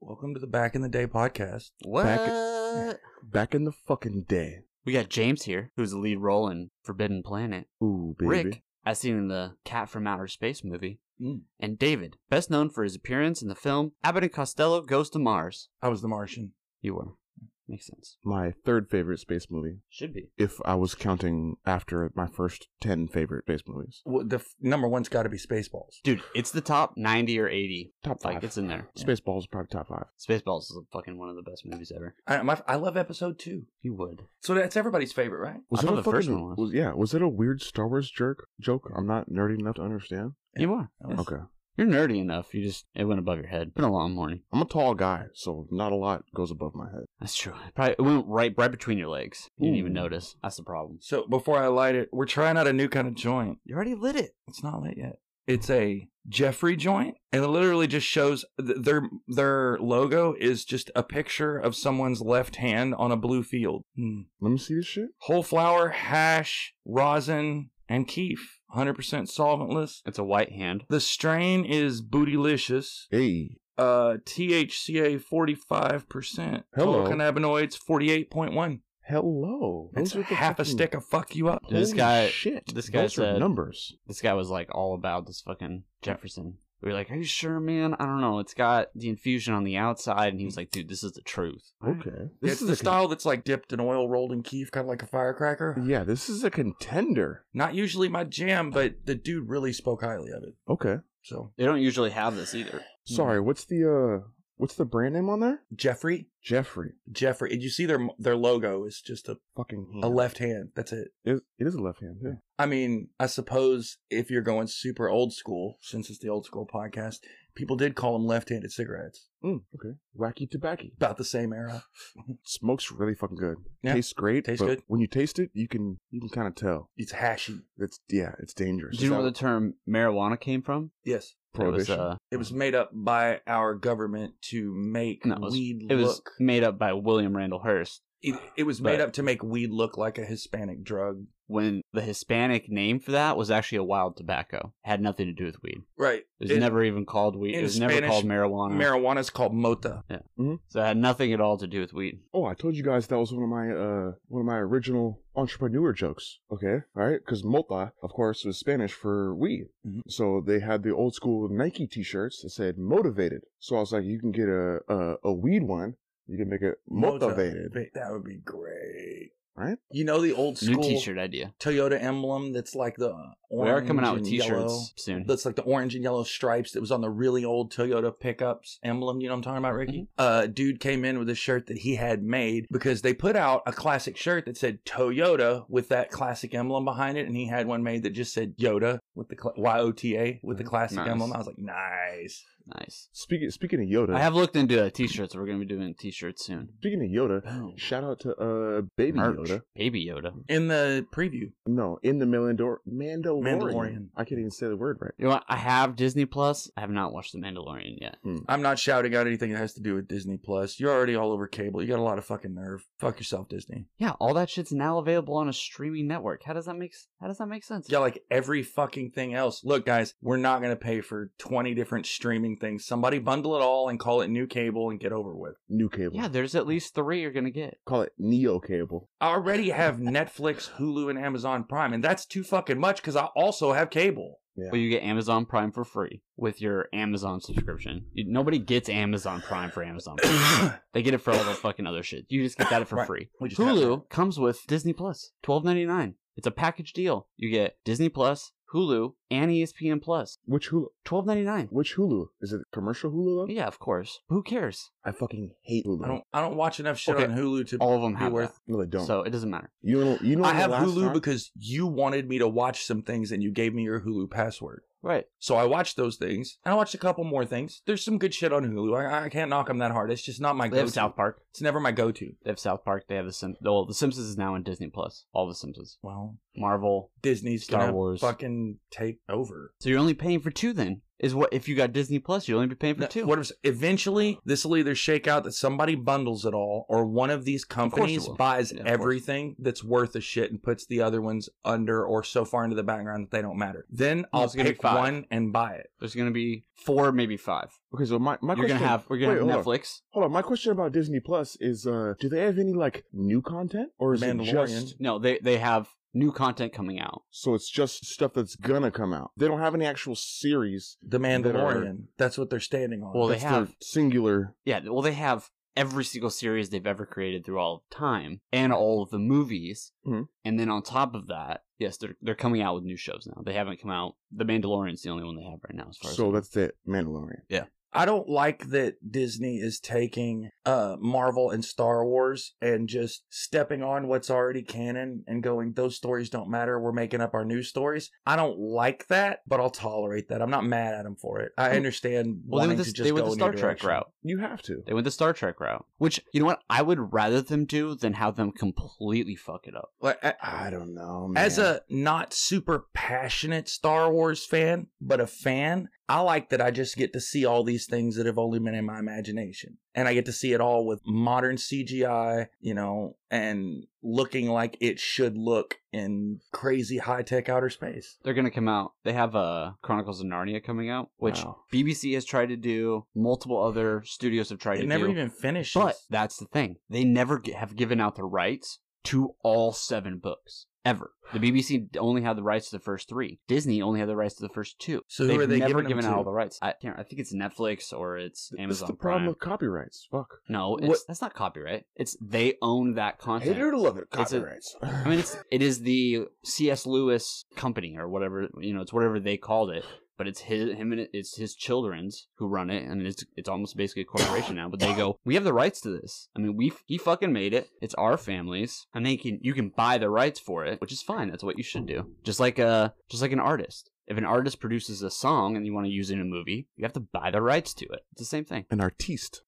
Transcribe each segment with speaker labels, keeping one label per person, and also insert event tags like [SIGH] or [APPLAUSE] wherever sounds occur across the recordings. Speaker 1: Welcome to the Back in the Day podcast.
Speaker 2: What?
Speaker 3: Back in the fucking day.
Speaker 2: [LAUGHS] We got James here, who's the lead role in Forbidden Planet.
Speaker 3: Ooh, baby.
Speaker 2: Rick, as seen in the Cat from Outer Space movie.
Speaker 1: Mm.
Speaker 2: And David, best known for his appearance in the film Abbott and Costello Goes to Mars.
Speaker 1: I was the Martian.
Speaker 2: You were. Makes sense.
Speaker 3: My third favorite space movie,
Speaker 2: Should be.
Speaker 3: if I was counting after my first 10 favorite space movies.
Speaker 1: Well, the f- number one's got to be Spaceballs.
Speaker 2: Dude, it's the top 90 or 80.
Speaker 3: Top
Speaker 2: Like,
Speaker 3: five.
Speaker 2: it's in there. Yeah.
Speaker 3: Spaceballs is probably top five.
Speaker 2: Spaceballs is fucking one of the best movies ever.
Speaker 1: I, my, I love episode two.
Speaker 2: You would.
Speaker 1: So that's everybody's favorite, right?
Speaker 2: I
Speaker 3: it
Speaker 2: thought
Speaker 3: a
Speaker 2: the
Speaker 3: fucking-
Speaker 2: first one was.
Speaker 3: Yeah, was it a weird Star Wars jerk joke? I'm not nerdy enough to understand.
Speaker 2: You are.
Speaker 1: Yes.
Speaker 3: Okay.
Speaker 2: You're nerdy enough. You just, it went above your head. Been a long morning.
Speaker 3: I'm a tall guy, so not a lot goes above my head.
Speaker 2: That's true. Probably it went right, right between your legs. You didn't even
Speaker 1: Ooh.
Speaker 2: notice. That's the problem.
Speaker 1: So before I light it, we're trying out a new kind of joint.
Speaker 2: You already lit it.
Speaker 1: It's not lit yet. It's a Jeffrey joint, and it literally just shows th- their their logo is just a picture of someone's left hand on a blue field. Hmm.
Speaker 3: Let me see this shit.
Speaker 1: Whole flour, hash, rosin, and keef. 100% solventless.
Speaker 2: It's a white hand.
Speaker 1: The strain is bootylicious.
Speaker 3: Hey,
Speaker 1: Uh, THCA 45%.
Speaker 3: Hello.
Speaker 1: Total cannabinoids 48.1.
Speaker 3: hello.
Speaker 1: That's
Speaker 3: Those are the
Speaker 1: half a
Speaker 3: fucking-
Speaker 1: stick of fuck you up.
Speaker 2: Dude, this
Speaker 3: Holy
Speaker 2: guy-
Speaker 3: Shit.
Speaker 2: this guy
Speaker 3: Those are
Speaker 2: said-
Speaker 3: numbers.
Speaker 2: This guy was like all about this fucking Jefferson. We were like, "Are you sure, man? I don't know. It's got the infusion on the outside." And he was like, "Dude, this is the truth."
Speaker 3: Okay.
Speaker 1: It's the
Speaker 3: a con-
Speaker 1: style that's like dipped in oil, rolled in keef, kind of like a firecracker.
Speaker 3: Yeah, this is a contender.
Speaker 1: Not usually my jam, but the dude really spoke highly of it.
Speaker 3: Okay.
Speaker 1: So,
Speaker 2: They don't usually have this either.
Speaker 3: Sorry, what's the uh what's the brand name on there?
Speaker 1: Jeffrey,
Speaker 3: Jeffrey.
Speaker 1: Jeffrey, and you see their their logo is just a,
Speaker 3: Fucking hand.
Speaker 1: a left hand. That's it.
Speaker 3: It, it is a left hand, yeah.
Speaker 1: I mean, I suppose if you're going super old school, since it's the old school podcast, people did call them left-handed cigarettes.
Speaker 3: Mm, okay. Wacky tobacco.
Speaker 1: About the same era.
Speaker 3: Smokes really fucking good.
Speaker 1: Yeah.
Speaker 3: Tastes great.
Speaker 1: Tastes
Speaker 3: but
Speaker 1: good.
Speaker 3: When you taste it, you can you can kind of tell.
Speaker 1: It's hashy.
Speaker 3: It's yeah, it's dangerous.
Speaker 2: Do you know where
Speaker 3: Is
Speaker 2: the term marijuana came from?
Speaker 1: Yes.
Speaker 3: that prohibition?
Speaker 2: It was, uh,
Speaker 1: It was made up by our government to make
Speaker 2: No, it was-
Speaker 1: weed
Speaker 2: it was
Speaker 1: look.
Speaker 2: made up by William Randall Hearst.
Speaker 1: It, it was made
Speaker 2: but-
Speaker 1: up to make weed look like a Hispanic drug.
Speaker 2: When the Hispanic name for that was actually a wild tobacco, had nothing to do with weed.
Speaker 1: Right.
Speaker 2: It was never even called weed. It
Speaker 1: in
Speaker 2: was never
Speaker 1: Spanish,
Speaker 2: called marijuana.
Speaker 1: Marijuana's called mota.
Speaker 2: so it had nothing at all to do with weed.
Speaker 3: oh, I told you guys that was one of my uh one of my original entrepreneur jokes. Okay, all right, because mota, of course, was Spanish for weed.
Speaker 2: Mm-hmm.
Speaker 1: Mhm.
Speaker 3: So they had the old school Nike T-shirts that said motivated. So I was like, you can get a a, a weed one. You can make it motivated.
Speaker 1: Motivate. That would be great.
Speaker 3: Right?
Speaker 1: You know the old
Speaker 2: New
Speaker 1: school
Speaker 2: T-shirt idea.
Speaker 1: Toyota emblem that's like the
Speaker 2: We
Speaker 1: orange
Speaker 2: are coming out with
Speaker 1: and
Speaker 2: T-shirts
Speaker 1: yellow?
Speaker 2: soon.
Speaker 1: that's like the orange and yellow stripes that was on the really old Toyota pickups emblem. You know what I'm talking about, Ricky? Uh, dude came in with a shirt that he had made because they put out a classic shirt that said Toyota with that classic emblem behind it, and he had one made that just said Yoda with the cl- Y O T A with the classic
Speaker 2: Nice.
Speaker 1: emblem. I was like, nice.
Speaker 2: nice.
Speaker 3: Speaking speaking of Yoda,
Speaker 2: I have looked into uh, T-shirts. We're gonna be doing T-shirts soon.
Speaker 3: speaking of Yoda,
Speaker 2: Boom.
Speaker 3: shout out to uh Oh, baby
Speaker 2: Merch.
Speaker 3: Yoda.
Speaker 2: Baby Yoda.
Speaker 1: In the preview,
Speaker 3: No, in the Mandalor- Mandalorian.
Speaker 1: Mandalorian.
Speaker 3: I can't even say the word right.
Speaker 2: You know what? I have Disney Plus. I have not watched The Mandalorian yet.
Speaker 1: I'm not shouting out anything that has to do with Disney Plus. You're already all over cable. You got a lot of fucking nerve. Fuck yourself, Disney.
Speaker 2: Yeah, all that shit's now available on a streaming network. How does that make s- How does that make sense?
Speaker 1: Yeah, like every fucking thing else. Look, guys, we're not going to pay for 20 different streaming things. Somebody bundle it all and call it new cable and get over with.
Speaker 3: New cable.
Speaker 2: Yeah, there's at least three you're gonna get.
Speaker 3: Call it Neo cable.
Speaker 1: I already have Netflix, Hulu, and Amazon Prime, and that's too fucking much because I also have cable.
Speaker 3: Yeah.
Speaker 2: Well, you get Amazon Prime for free with your Amazon subscription. You- Nobody gets Amazon Prime for Amazon. Prime.
Speaker 3: [LAUGHS]
Speaker 2: They get it for all the fucking other shit. You just get that for
Speaker 1: Right.
Speaker 2: free.
Speaker 1: We just have
Speaker 2: Hulu comes with Disney Plus, twelve ninety nine. It's a package deal. You get Disney Plus, Hulu, and E ESPN Plus,
Speaker 3: Which Hulu?
Speaker 2: twelve ninety nine.
Speaker 3: Which Hulu? Is it commercial Hulu? Though?
Speaker 2: Yeah, of course. Who cares?
Speaker 3: I fucking hate Hulu.
Speaker 1: I don't. I don't watch enough shit
Speaker 2: Okay.
Speaker 1: on Hulu to.
Speaker 2: All of them
Speaker 1: Be
Speaker 2: have
Speaker 1: worth-
Speaker 2: that.
Speaker 3: No, they don't.
Speaker 2: So it doesn't matter.
Speaker 3: you know, you know.
Speaker 1: I
Speaker 3: the
Speaker 1: have
Speaker 3: last
Speaker 1: Hulu
Speaker 3: time-
Speaker 1: because you wanted me to watch some things and you gave me your Hulu password.
Speaker 2: Right.
Speaker 1: So I watched those things, and I watched a couple more things. There's some good shit on Hulu. I, I can't knock them that hard. It's just not my
Speaker 2: They have
Speaker 1: go-to.
Speaker 2: South Park.
Speaker 1: It's never my go-to.
Speaker 2: They have South Park. They have the Sim. Well, the Simpsons is now on Disney Plus. All the Simpsons,
Speaker 1: Well,
Speaker 2: Marvel.
Speaker 1: Disney's
Speaker 2: Star
Speaker 1: gonna
Speaker 2: Wars.
Speaker 1: fucking take over.
Speaker 2: So you're only paying for two then. Is what if you got Disney Plus, you only be paying for
Speaker 1: No,
Speaker 2: two.
Speaker 1: What if eventually this will either shake out that somebody bundles it all, or one of these
Speaker 2: course it
Speaker 1: companies
Speaker 2: will.
Speaker 1: buys
Speaker 2: Yeah, of course.
Speaker 1: everything that's worth a shit and puts the other ones under or so far into the background that they don't matter. Then I'll
Speaker 2: it's gonna be
Speaker 1: pick
Speaker 2: five.
Speaker 1: one and buy it.
Speaker 2: There's gonna be four, maybe five.
Speaker 3: Okay, so my, my
Speaker 2: You're
Speaker 3: question
Speaker 2: gonna have we're gonna
Speaker 3: wait,
Speaker 2: have
Speaker 3: hold on.
Speaker 2: Netflix.
Speaker 3: Hold on, my question about Disney Plus is: uh, Do they have any like new content, or is it just
Speaker 1: Mandalorian.
Speaker 2: No, they they have new content coming out.
Speaker 3: so it's just stuff that's gonna come out? They don't have any actual series.
Speaker 1: The Mandalorian. That's what they're standing on.
Speaker 2: Well, they
Speaker 3: That's their
Speaker 2: have.
Speaker 3: singular.
Speaker 2: Yeah, well, they have every single series they've ever created through all of time and all of the movies.
Speaker 1: Mm-hmm.
Speaker 3: Mhm.
Speaker 2: And then on top of that, yes, they're they're coming out with new shows now. They haven't come out. The Mandalorian's the only one they have right now, as far
Speaker 3: So
Speaker 2: as
Speaker 3: that's it, Mandalorian.
Speaker 1: I don't like that Disney is taking uh Marvel and Star Wars and just stepping on what's already canon and going those stories don't matter we're making up our new stories. I don't like that, but I'll tolerate that. I'm not mad at them for it. I
Speaker 2: Mm.
Speaker 1: understand
Speaker 2: well, they
Speaker 1: wanting
Speaker 2: went
Speaker 1: to
Speaker 2: the,
Speaker 1: just
Speaker 2: they
Speaker 1: go
Speaker 2: went the
Speaker 1: in
Speaker 2: Star
Speaker 1: your
Speaker 2: Trek
Speaker 1: direction.
Speaker 2: route.
Speaker 3: You have to.
Speaker 2: They went the Star Trek route, which you know what I would rather them do than have them completely fuck it up.
Speaker 1: Like a-
Speaker 3: I don't know. Man.
Speaker 1: as a not super passionate Star Wars fan, but a fan, I like that I just get to see all these things that have only been in my imagination. And I get to see it all with modern CGI, you know, and looking like it should look in crazy high tech outer space.
Speaker 2: They're gonna come out. They have uh, Chronicles of Narnia coming out, which
Speaker 3: Wow.
Speaker 2: BBC has tried to do. Multiple other studios have tried to
Speaker 1: It never
Speaker 2: do.
Speaker 1: even finishes.
Speaker 2: But that's the thing. They never g- have given out the rights to all seven books ever. The BBC only had the rights to the first three. Disney only had the rights to the first two.
Speaker 1: So who
Speaker 2: They've
Speaker 1: are they
Speaker 2: never
Speaker 1: giving them
Speaker 2: given out
Speaker 1: to?
Speaker 2: all the rights. I can't. I think it's Netflix or it's
Speaker 3: It's
Speaker 2: Amazon
Speaker 3: the problem
Speaker 2: Prime.
Speaker 3: with copyrights. Fuck.
Speaker 2: no,
Speaker 3: What-
Speaker 2: it's, that's not copyright. It's they own that content.
Speaker 3: Hate it or love it,
Speaker 2: It's a-
Speaker 3: copyrights.
Speaker 2: I mean, it's it is the C.S. Lewis company or whatever you know. It's whatever they called it, but it's his him and it's his children's who run it, and it's it's almost basically a corporation now. But they go, we have the rights to this. I mean, we he fucking made it. It's our families, and they can you can buy the rights for it, which is fine. That's what you should do. Just like a just like an artist. If an artist produces a song and you want to use it in a movie, you have to buy the rights to it. It's the same thing.
Speaker 3: [LAUGHS] an artiste.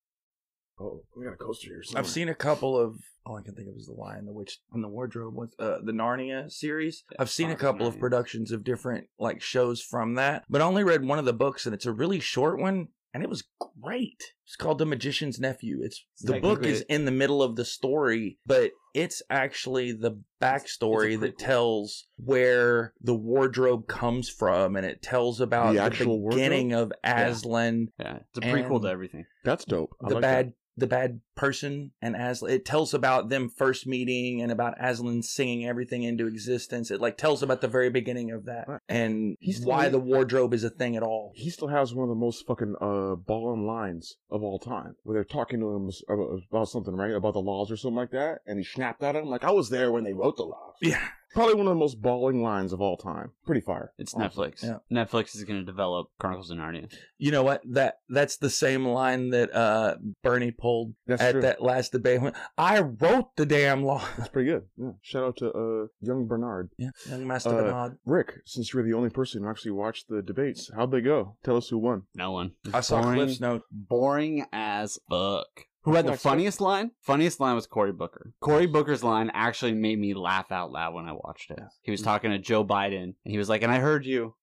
Speaker 3: Oh, we got a coaster here.
Speaker 1: I've seen a couple of all I can think of is the Lion, the Witch, and the Wardrobe was uh, the Narnia series. I've seen a
Speaker 2: Narnia.
Speaker 1: couple of productions of different like shows from that, but I only read one of the books, and it's a really short one, and it was great. It's called The Magician's Nephew. It's the book
Speaker 2: Technically-
Speaker 1: is in the middle of the story, but it's actually the backstory that
Speaker 2: prequel.
Speaker 1: tells where the wardrobe comes from, and it tells about
Speaker 3: The
Speaker 1: the,
Speaker 3: actual wardrobe?
Speaker 1: beginning of Aslan
Speaker 2: Yeah, it's a prequel to
Speaker 1: And-
Speaker 2: everything.
Speaker 3: That's dope. I
Speaker 1: the
Speaker 3: like
Speaker 1: bad
Speaker 3: that.
Speaker 1: the bad person and Aslan. It tells about them first meeting and about Aslan singing everything into existence. It like tells about the very beginning of that
Speaker 3: Right.
Speaker 1: and
Speaker 3: He's the
Speaker 1: why
Speaker 3: lead-
Speaker 1: the wardrobe is a thing at all.
Speaker 3: He still has one of the most fucking uh ballin lines of all time, where they're talking to him s- about- about something, right? About the laws or something like that, and he snapped at him like, "I was there when they wrote the laws."
Speaker 1: Yeah,
Speaker 3: Probably one of the most balling lines of all time. Pretty fire.
Speaker 2: It's
Speaker 3: Awesome.
Speaker 2: Netflix.
Speaker 1: Yeah.
Speaker 2: Netflix is going to develop Chronicles of Narnia.
Speaker 1: you know what? That that's the same line that uh Bernie pulled
Speaker 3: That's
Speaker 1: at
Speaker 3: true.
Speaker 1: that last debate. When I wrote the damn
Speaker 3: [LAUGHS]
Speaker 1: law,
Speaker 3: That's pretty good. Yeah. Shout out to uh young Bernard.
Speaker 1: yeah, [LAUGHS] young Master
Speaker 3: Uh,
Speaker 1: Bernard.
Speaker 3: Rick, since you're the only person who actually watched the debates, how'd they go? Tell us who won.
Speaker 2: No one.
Speaker 1: I saw
Speaker 2: boring.
Speaker 1: Cliff's note.
Speaker 2: boring as fuck. Who had the
Speaker 3: Like, so-
Speaker 2: funniest line? Funniest line was Cory Booker. Cory Booker's line actually made me laugh out loud when I watched it. He was talking to Joe Biden, and he was like, "And I heard you.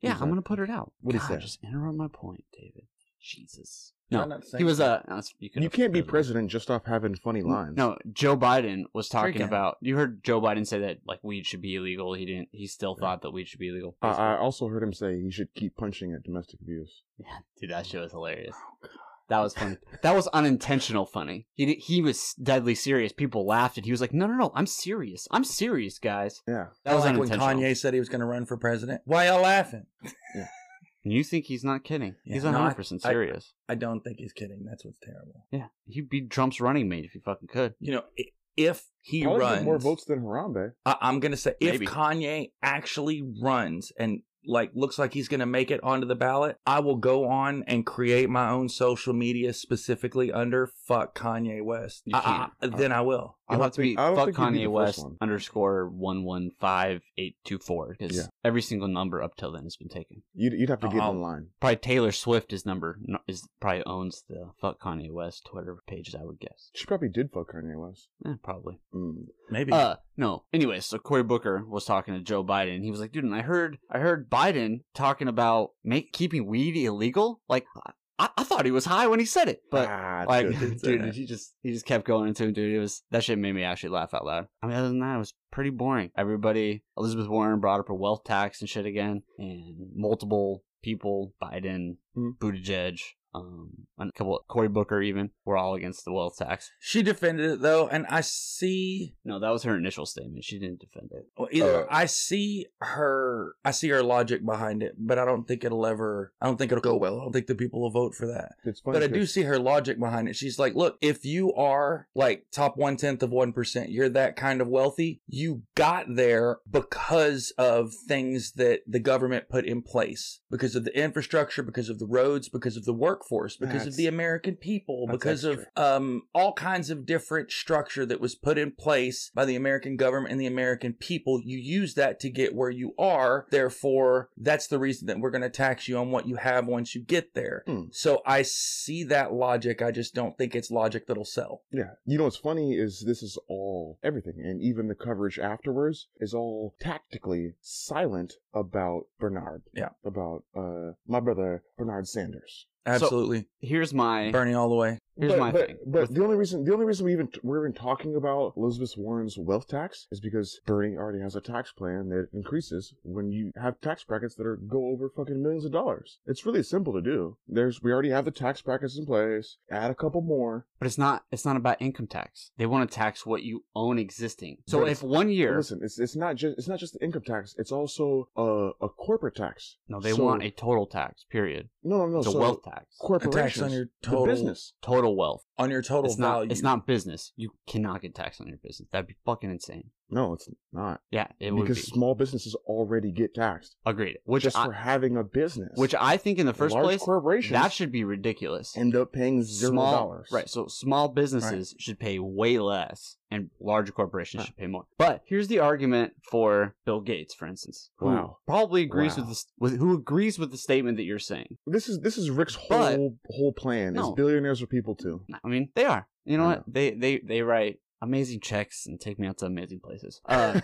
Speaker 2: Yeah, I'm
Speaker 3: that?
Speaker 2: gonna put it out.
Speaker 3: What is
Speaker 2: God,
Speaker 3: that?
Speaker 2: Just interrupt my point, David. Jesus.
Speaker 1: Try
Speaker 2: No,
Speaker 1: not to say
Speaker 2: he was
Speaker 1: anything.
Speaker 2: uh, no, it's- you, could
Speaker 3: You can't be president just off having funny lines.
Speaker 2: No, Joe Biden was talking
Speaker 1: Drinking.
Speaker 2: about. You heard Joe Biden say that like weed should be illegal. He didn't. He still thought that weed should be illegal.
Speaker 3: I, I also heard him say he should keep punching at domestic abuse.
Speaker 2: Yeah, dude, that shit was hilarious.
Speaker 3: Oh,
Speaker 2: That was funny. That was unintentional funny. He di- he was deadly serious. People laughed, and he was like, "No, no, no, I'm serious. I'm serious, guys."
Speaker 3: Yeah.
Speaker 2: That was
Speaker 1: like when
Speaker 2: unintentional.
Speaker 1: Kanye said he was going to run for president. Why y'all laughing?
Speaker 2: And you think he's not kidding?
Speaker 1: Yeah,
Speaker 2: he's
Speaker 1: no, I-
Speaker 2: 100 percent
Speaker 1: I-
Speaker 2: serious.
Speaker 1: I don't think he's kidding. That's what's terrible.
Speaker 2: yeah, he'd be Trump's running mate if he fucking could.
Speaker 1: You know, i- if he
Speaker 3: Probably
Speaker 1: runs
Speaker 3: get more votes than Harambe.
Speaker 1: I- I'm gonna say
Speaker 2: Maybe.
Speaker 1: if Kanye actually runs and like looks like he's gonna make it onto the ballot, I will go on and create my own social media specifically under fuck Kanye West.
Speaker 2: You
Speaker 1: I- I- then I will.
Speaker 3: I
Speaker 2: You'll
Speaker 3: don't
Speaker 2: have to
Speaker 3: think-
Speaker 2: be
Speaker 3: I don't
Speaker 2: fuck
Speaker 3: think he'd be
Speaker 2: Kanye
Speaker 3: the first
Speaker 2: West
Speaker 3: one.
Speaker 2: underscore one one five eight two four because
Speaker 3: Yeah.
Speaker 2: every single number up till then has been taken.
Speaker 3: You'd, you'd have to get
Speaker 1: I'll-
Speaker 3: in line.
Speaker 2: Probably Taylor Swift is number is probably owns the fuck Kanye West Twitter pages. I would guess.
Speaker 3: She probably did fuck Kanye West.
Speaker 2: Eh, probably.
Speaker 3: Mm.
Speaker 1: Maybe.
Speaker 2: Uh, no. Anyway, so Cory Booker was talking to Joe Biden. He was like, "Dude, and I heard, I heard Bi- Biden talking about make keeping weed illegal, like I, I thought he was high when he said it, but
Speaker 3: Ah,
Speaker 2: like
Speaker 3: [LAUGHS] dude,
Speaker 2: [LAUGHS] dude,
Speaker 3: it's in it.
Speaker 2: he just he just kept going into it, dude. It was that shit made me actually laugh out loud. I mean, other than that, it was pretty boring. Everybody, Elizabeth Warren brought up her wealth tax and shit again, and multiple people, Biden,
Speaker 3: Mhm.
Speaker 2: Buttigieg, um, and a couple, Cory Booker, even, were all against the wealth tax.
Speaker 1: She defended it though, and I see
Speaker 2: No, that was her initial statement. She didn't defend it.
Speaker 1: well, either
Speaker 3: Uh,
Speaker 1: I see her I see her logic behind it, but I don't think it'll ever I don't think it'll go well. I don't think the people will vote for that.
Speaker 3: It's funny
Speaker 1: But I do
Speaker 3: 'cause
Speaker 1: see her logic behind it. She's like, look, if you are like top one tenth of one percent, you're that kind of wealthy. You got there because of things that the government put in place, because of the infrastructure, because of the roads, because of the workforce, because of
Speaker 3: That's-
Speaker 1: the American people,
Speaker 3: that's
Speaker 1: because of
Speaker 3: extra.
Speaker 1: um all kinds of different structure that was put in place by the American government and the American people. You use that to get where you are. Therefore, that's the reason that we're going to tax you on what you have once you get there.
Speaker 3: Hmm.
Speaker 1: So I see that logic. I just don't think it's logic that'll sell.
Speaker 3: Yeah. You know what's funny is this is all everything, and even the coverage afterwards is all tactically silent about Bernard.
Speaker 1: Yeah.
Speaker 3: About uh my brother Bernard Sanders.
Speaker 1: Absolutely,
Speaker 2: Here's my
Speaker 1: Bernie all the way.
Speaker 2: here's
Speaker 3: but,
Speaker 2: my
Speaker 3: but,
Speaker 2: thing.
Speaker 3: But
Speaker 2: With-
Speaker 3: the only reason the only reason we even we're even talking about Elizabeth Warren's wealth tax is because Bernie already has a tax plan that increases when you have tax brackets that are go over fucking millions of dollars. It's really simple to do. There's we already have the tax brackets in place. Add a couple more.
Speaker 2: but it's not it's not about income tax. They want to tax what you own existing. So
Speaker 3: But
Speaker 2: if one
Speaker 3: But
Speaker 2: year,
Speaker 3: Listen, it's it's not just it's not just the income tax. It's also a, a corporate tax.
Speaker 2: no, they
Speaker 3: So-
Speaker 2: want a total tax. Period.
Speaker 3: no no no.
Speaker 2: It's a
Speaker 3: so
Speaker 2: wealth tax.
Speaker 1: A
Speaker 3: corporations,
Speaker 1: tax on your
Speaker 3: the
Speaker 1: total
Speaker 3: business.
Speaker 2: total wealth.
Speaker 1: on your total
Speaker 2: it's not
Speaker 1: value.
Speaker 2: it's not business. You cannot get taxed on your business. That'd be fucking insane.
Speaker 3: No, it's not
Speaker 2: Yeah, it would
Speaker 3: because
Speaker 2: be
Speaker 3: small businesses already get taxed
Speaker 2: agreed. Which
Speaker 3: just
Speaker 2: I,
Speaker 3: for having a business.
Speaker 2: which I think in the first
Speaker 3: large
Speaker 2: place
Speaker 3: corporations
Speaker 2: that should be ridiculous.
Speaker 3: end up paying zero
Speaker 2: Small-
Speaker 3: dollars.
Speaker 2: right? So small businesses should pay way less, and larger corporations
Speaker 3: Huh.
Speaker 2: should pay more. But here's the argument for Bill Gates, for instance, who
Speaker 3: Wow.
Speaker 2: probably agrees with
Speaker 3: Wow.
Speaker 2: this, with who agrees with the statement that you're saying.
Speaker 3: This is this is Rick's
Speaker 2: But-
Speaker 3: whole whole plan.
Speaker 2: No.
Speaker 3: Is billionaires are people too.
Speaker 2: Nah, I mean, they are. You know
Speaker 3: I
Speaker 2: what?
Speaker 3: know.
Speaker 2: They they they write amazing checks and take me out to amazing
Speaker 3: [LAUGHS]
Speaker 2: places. Uh,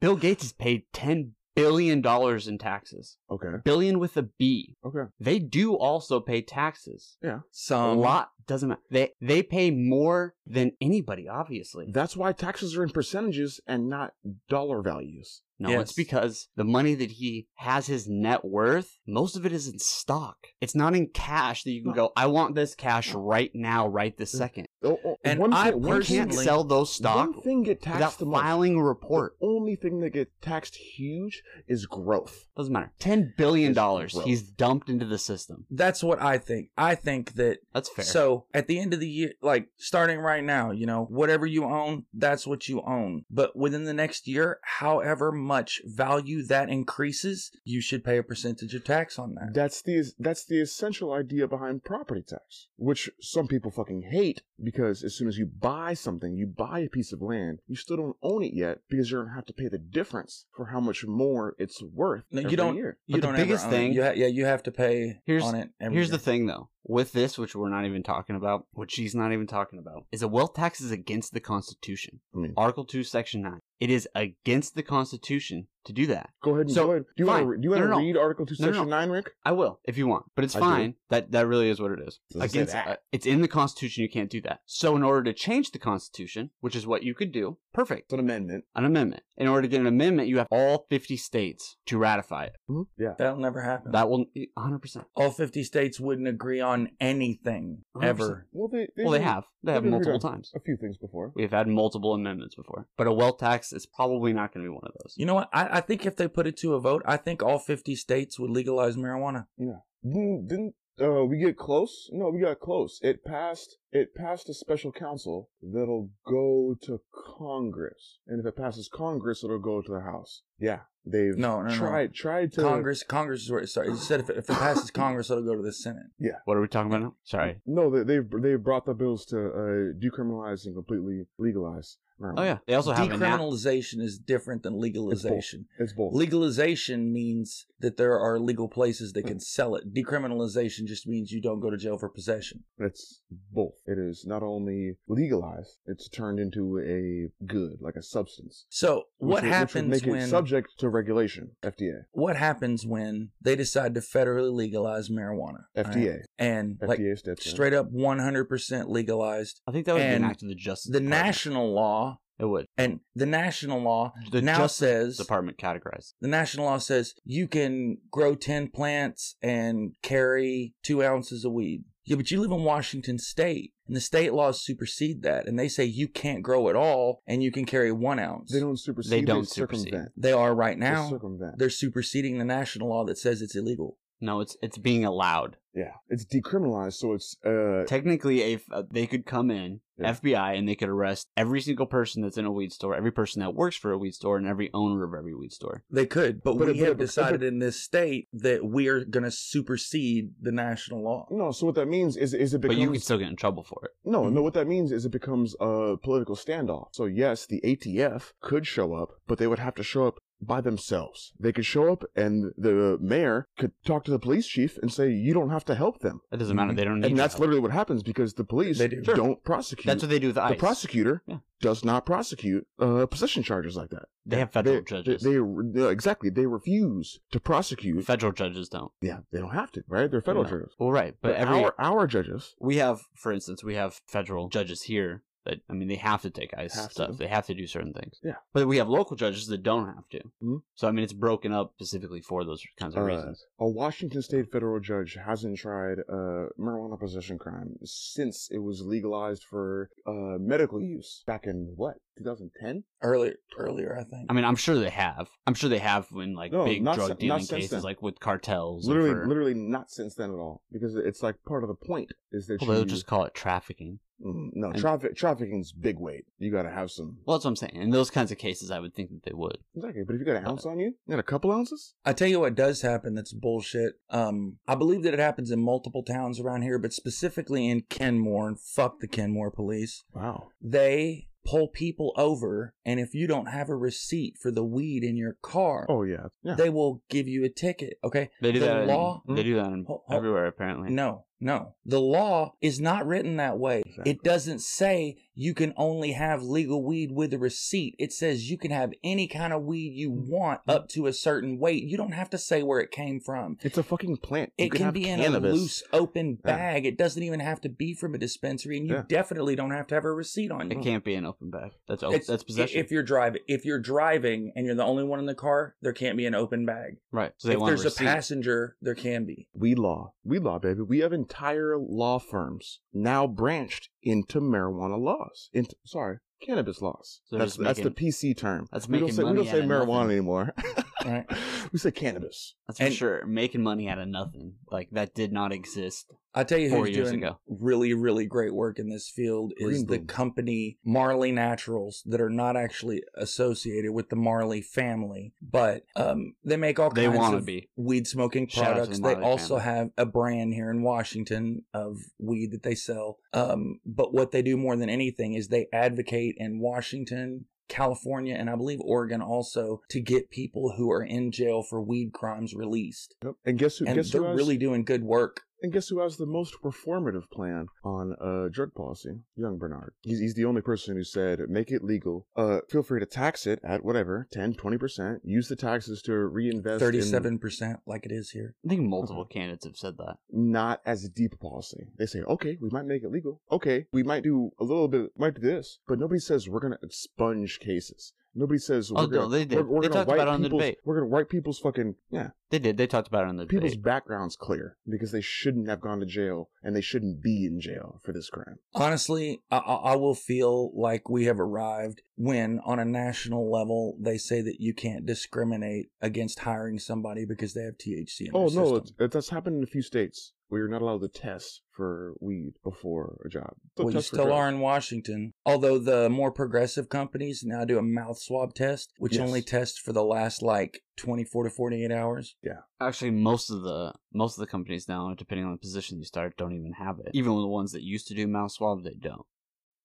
Speaker 2: Bill Gates is paid ten billion dollars in taxes.
Speaker 3: Okay.
Speaker 2: Billion with a B.
Speaker 3: Okay. Um,
Speaker 2: They do also pay taxes. a
Speaker 1: some
Speaker 2: lot doesn't matter. They they pay more than anybody, obviously.
Speaker 3: That's why taxes are in percentages and not dollar values.
Speaker 2: No,
Speaker 1: Yes.
Speaker 2: it's because the money that he has his net worth, most of it is in stock. It's not in cash that you can go, I want this cash right now, right this second.
Speaker 3: Oh, oh,
Speaker 1: And
Speaker 3: one
Speaker 1: I
Speaker 3: thing,
Speaker 2: You
Speaker 3: one thing-
Speaker 2: can't
Speaker 1: Personally-
Speaker 2: sell those stock
Speaker 3: One thing get
Speaker 2: without
Speaker 3: taxed the most.
Speaker 2: filing a report.
Speaker 3: The only thing that get taxed huge is growth.
Speaker 2: Doesn't matter. Ten billion
Speaker 3: Just
Speaker 2: dollars
Speaker 3: growth.
Speaker 2: he's dumped into the system.
Speaker 1: That's what I think. I think that
Speaker 2: That's fair.
Speaker 1: So at the end of the year, like starting right now, you know, whatever you own, that's what you own. But within the next year, however much value that increases, you should pay a percentage of tax on that.
Speaker 3: That's the that's the essential idea behind property tax, which some people fucking hate because as soon as you buy something, you buy a piece of land, you still don't own it yet because you're gonna have to pay the difference for how much more it's worth.
Speaker 1: No, you
Speaker 3: every
Speaker 1: don't-
Speaker 3: Year.
Speaker 1: you
Speaker 2: But the
Speaker 1: ever
Speaker 2: biggest
Speaker 1: own it.
Speaker 2: thing-
Speaker 1: you ha- yeah, you have to pay
Speaker 2: Here's-
Speaker 1: on it. every
Speaker 2: Here's
Speaker 1: year.
Speaker 2: the thing though. With this, which we're not even talking about, which she's not even talking about, is a wealth tax is against the Constitution.
Speaker 3: I mean,
Speaker 2: Article two, section nine. It is against the Constitution to do that.
Speaker 3: go ahead and
Speaker 2: So,
Speaker 3: go ahead. Do you
Speaker 2: fine.
Speaker 3: want to do you
Speaker 2: No,
Speaker 3: want to
Speaker 2: no, no.
Speaker 3: read Article Two,
Speaker 2: No, no,
Speaker 3: Section Nine, Rick?
Speaker 2: I will, if you want. But it's
Speaker 3: I do.
Speaker 2: fine. That that really is what it is.
Speaker 3: Doesn't say
Speaker 2: Against-
Speaker 3: that.
Speaker 2: uh, it's in the Constitution, you can't do that. So in order to change the Constitution, which is what you could do, perfect.
Speaker 3: It's an amendment.
Speaker 2: An amendment. In order to get an amendment, you have all fifty states to ratify it.
Speaker 3: Yeah.
Speaker 1: That'll never happen.
Speaker 2: That will hundred percent.
Speaker 1: All 50 states wouldn't agree on anything
Speaker 2: 100%.
Speaker 1: ever.
Speaker 3: Well, they,
Speaker 2: Well, they have. They have
Speaker 3: They've been
Speaker 2: multiple
Speaker 3: redone.
Speaker 2: times.
Speaker 3: a few things before.
Speaker 2: We've had multiple amendments before, but a wealth tax is probably not going to be one of those.
Speaker 1: You know what? I, I think if they put it to a vote, I think all 50 states would legalize marijuana.
Speaker 3: Didn't, didn't uh, we get close? No, we got close. It passed. It passed a special council that'll go to Congress, and if it passes Congress, it'll go to the House. Yeah, they've
Speaker 1: No, no, no.
Speaker 3: tried tried to
Speaker 1: Congress, Congress is where it starts. You said if it, if it
Speaker 2: [COUGHS]
Speaker 1: passes Congress, it'll go to the Senate.
Speaker 2: What are we talking about now? Sorry.
Speaker 3: No, they, they've they've brought the bills to uh, decriminalize and completely legalize. marijuana.
Speaker 2: Oh yeah, they also have a na-
Speaker 1: Decriminalization is different than legalization.
Speaker 3: it's both.
Speaker 1: Legalization means that there are legal
Speaker 3: Hmm.
Speaker 1: places that can sell it. Decriminalization just means you don't go to jail for possession.
Speaker 3: it's both. it is not only legalized, it's turned into a good, like a substance.
Speaker 1: So
Speaker 3: which
Speaker 1: what
Speaker 3: would- which would
Speaker 1: happens
Speaker 3: make it
Speaker 1: when
Speaker 3: subject to regulation, FDA,
Speaker 1: what happens when they decide to federally legalize marijuana?
Speaker 3: FDA,
Speaker 1: Alright? And like
Speaker 3: FDA steps in.
Speaker 1: straight up 100% legalized.
Speaker 2: I think that would be an
Speaker 1: And
Speaker 2: act of the Justice
Speaker 1: The
Speaker 2: Department.
Speaker 1: national law
Speaker 2: It would.
Speaker 1: and the national law
Speaker 2: The
Speaker 1: now
Speaker 2: Justice
Speaker 1: says
Speaker 2: Department categorized.
Speaker 1: the national law says you can grow 10 plants and carry two ounces of weed. Yeah, but you live in Washington state and the state laws supersede that. And they say you can't grow at all and you can carry one ounce.
Speaker 3: They don't supersede.
Speaker 2: They don't supersede.
Speaker 3: circumvent.
Speaker 1: They are right
Speaker 3: They
Speaker 1: now.
Speaker 3: circumvent.
Speaker 1: They're superseding the national law that says it's illegal.
Speaker 2: No, it's it's being allowed.
Speaker 3: yeah, it's decriminalized, so it's uh,
Speaker 2: Technically, if uh, they could come in
Speaker 3: Yeah.
Speaker 2: FBI and they could arrest every single person that's in a weed store, every person that works for a weed store, and every owner of every weed store.
Speaker 1: They could, but,
Speaker 3: But
Speaker 1: we
Speaker 3: it- but
Speaker 1: have
Speaker 3: it- but it-
Speaker 1: decided in this state that we are going to supersede the national law.
Speaker 3: no. So what that means is, is it
Speaker 2: But
Speaker 3: becomes
Speaker 2: you can still get in trouble for it.
Speaker 3: No,
Speaker 1: Mhm.
Speaker 3: no, what that means is it becomes a political standoff. So, yes, the ATF could show up, but they would have to show up by themselves. They could show up, and the mayor could talk to the police chief and say, You don't have to help them.
Speaker 2: It doesn't matter.
Speaker 1: Mhm.
Speaker 2: They don't need.
Speaker 3: Mm-hmm.
Speaker 2: your
Speaker 3: And that's
Speaker 2: help.
Speaker 3: literally what happens because the police
Speaker 1: They do.
Speaker 2: Sure.
Speaker 3: not prosecute.
Speaker 2: that's what they do with
Speaker 3: the
Speaker 2: ICE.
Speaker 3: prosecutor
Speaker 2: Yeah.
Speaker 3: does not prosecute uh, possession charges like that.
Speaker 2: They have federal
Speaker 3: They-
Speaker 2: judges.
Speaker 3: They, they- yeah, exactly. They refuse to prosecute.
Speaker 2: federal judges don't.
Speaker 3: yeah, they don't have to, right? They're federal
Speaker 2: No.
Speaker 3: judges.
Speaker 2: Well, right, but, every
Speaker 3: our, our judges
Speaker 2: we have, for instance, we have federal judges here that I mean, they have to take ICE
Speaker 3: Have to.
Speaker 2: stuff. They have to do certain things.
Speaker 3: Yeah.
Speaker 2: but we have local judges that don't have to.
Speaker 3: Mhm.
Speaker 2: So I mean, it's broken up specifically for those kinds of
Speaker 3: Uh,
Speaker 2: reasons.
Speaker 3: A Washington state federal judge hasn't tried a marijuana possession crime since it was legalized for uh, medical use back in what 2010?
Speaker 1: Earlier, earlier, I think.
Speaker 2: I mean, I'm sure they have. I'm sure they have when like
Speaker 3: No,
Speaker 2: big
Speaker 3: not
Speaker 2: drug
Speaker 3: si- not
Speaker 2: dealing
Speaker 3: since
Speaker 2: cases,
Speaker 3: then.
Speaker 2: like with cartels.
Speaker 3: Literally,
Speaker 2: or for,
Speaker 3: literally not since then at all. Because it's like part of the point is that
Speaker 2: well, they'll
Speaker 3: you
Speaker 2: just call it trafficking.
Speaker 3: Mm, no
Speaker 2: and-
Speaker 3: traffic trafficking's big weight. You got to have some
Speaker 2: Well, that's what I'm saying. In those kinds of cases, I would think that they would.
Speaker 3: exactly. But if you got an ounce on you, you got a couple ounces.
Speaker 1: I tell you what does happen that's bullshit. Um, I believe that it happens in multiple towns around here, but specifically in Kenmore and fuck the Kenmore police.
Speaker 3: Wow.
Speaker 1: They pull people over, and if you don't have a receipt for the weed in your car,
Speaker 3: Oh yeah. Yeah.
Speaker 1: they will give you a ticket. Okay.
Speaker 2: They do
Speaker 1: The
Speaker 2: that. in-
Speaker 1: law- Hmm?
Speaker 2: they do that in
Speaker 1: Ho- ho-
Speaker 2: everywhere apparently.
Speaker 1: No, no. The law is not written that way.
Speaker 3: Exactly.
Speaker 1: It doesn't say you can only have legal weed with a receipt. It says you can have any kind of weed you
Speaker 2: Mm-hmm.
Speaker 1: want up to a certain weight. You don't have to say where it came from.
Speaker 3: It's a fucking plant. You
Speaker 1: It can
Speaker 3: have
Speaker 1: be in
Speaker 3: cannabis.
Speaker 1: a loose, open
Speaker 3: Yeah.
Speaker 1: bag. It doesn't even have to be from a dispensary, and you
Speaker 3: Yeah.
Speaker 1: definitely don't have to have a receipt on you.
Speaker 2: It can't be an open bag. That's o-
Speaker 1: It's-
Speaker 2: that's possession.
Speaker 1: If you're driving, if you're driving and you're the only one in the car, there can't be an open bag.
Speaker 2: right. So they
Speaker 1: if
Speaker 2: want
Speaker 1: there's a,
Speaker 2: receipt.
Speaker 1: passenger, there can be.
Speaker 3: Weed law. Weed law, baby. We have entire law firms now branched into marijuana laws. Into, sorry, cannabis laws.
Speaker 2: So
Speaker 3: that's
Speaker 2: just
Speaker 3: that's the
Speaker 2: making-
Speaker 3: PC term.
Speaker 2: That's
Speaker 3: We
Speaker 2: making
Speaker 3: don't say, we
Speaker 2: money
Speaker 3: don't say
Speaker 2: out of
Speaker 3: marijuana
Speaker 2: nothing.
Speaker 3: anymore. [LAUGHS]
Speaker 1: Right.
Speaker 3: we say cannabis.
Speaker 2: That's for
Speaker 1: And-
Speaker 2: sure. Making money out of nothing. Like that did not exist.
Speaker 1: I tell you
Speaker 2: Four
Speaker 1: who's
Speaker 2: years
Speaker 1: doing
Speaker 2: ago.
Speaker 1: really, really great work in this field is
Speaker 3: Green
Speaker 1: the
Speaker 3: Boom.
Speaker 1: company Marley Naturals that are not actually associated with the Marley family, but um, they make all
Speaker 2: They
Speaker 1: kinds
Speaker 2: want to
Speaker 1: of
Speaker 2: be.
Speaker 1: weed smoking
Speaker 2: Shout out to the
Speaker 1: products. They
Speaker 2: Marley
Speaker 1: also
Speaker 2: family.
Speaker 1: have a brand here in Washington of weed that they sell. Um, but what they do more than anything is they advocate in Washington. California and I believe Oregon also to get people who are in jail for weed crimes released.
Speaker 3: And guess who?
Speaker 1: And
Speaker 3: guess
Speaker 1: they're
Speaker 3: who has,
Speaker 1: really doing good work.
Speaker 3: And guess who has the most reformative plan on uh, drug policy? Young Bernard. He's, he's the only person who said, make it legal. Uh, feel free to tax it at whatever, 10, 20%. Use the taxes to reinvest in
Speaker 1: 37% like it is here.
Speaker 2: I think multiple
Speaker 1: Mm-hmm.
Speaker 2: candidates have said that.
Speaker 3: not as a deep a policy. They say, okay, we might make it legal. Okay, we might do a little bit, might do this, but nobody says we're gonna expunge cases. Nobody says we're
Speaker 2: Oh, no,
Speaker 3: gonna.
Speaker 2: they did.
Speaker 3: We're, we're
Speaker 2: They
Speaker 3: gonna
Speaker 2: talked
Speaker 3: wipe
Speaker 2: about it on the
Speaker 3: people's-
Speaker 2: debate.
Speaker 3: We're gonna wipe people's fucking yeah.
Speaker 2: They did. They talked about it on the
Speaker 3: People's
Speaker 2: debate.
Speaker 3: backgrounds clear because they shouldn't have gone to jail and they shouldn't be in jail for this crime.
Speaker 1: Honestly, I, I I will feel like we have arrived when, on a national level, they say that you can't discriminate against hiring somebody because they have THC in their
Speaker 3: Oh no, it's,
Speaker 1: system.
Speaker 3: it, that's happened in a few states where you're not allowed to test for weed before a job. So
Speaker 1: Well, you
Speaker 3: test for
Speaker 1: still
Speaker 3: drugs.
Speaker 1: are in Washington. Although the more progressive companies now do a mouth swab test, which
Speaker 3: Yes.
Speaker 1: only tests for the last like 24 to 48 hours.
Speaker 2: Actually, most of the most of the companies now, depending on the position you start, don't even have it. Even with the ones that used to do mouth swab, they don't.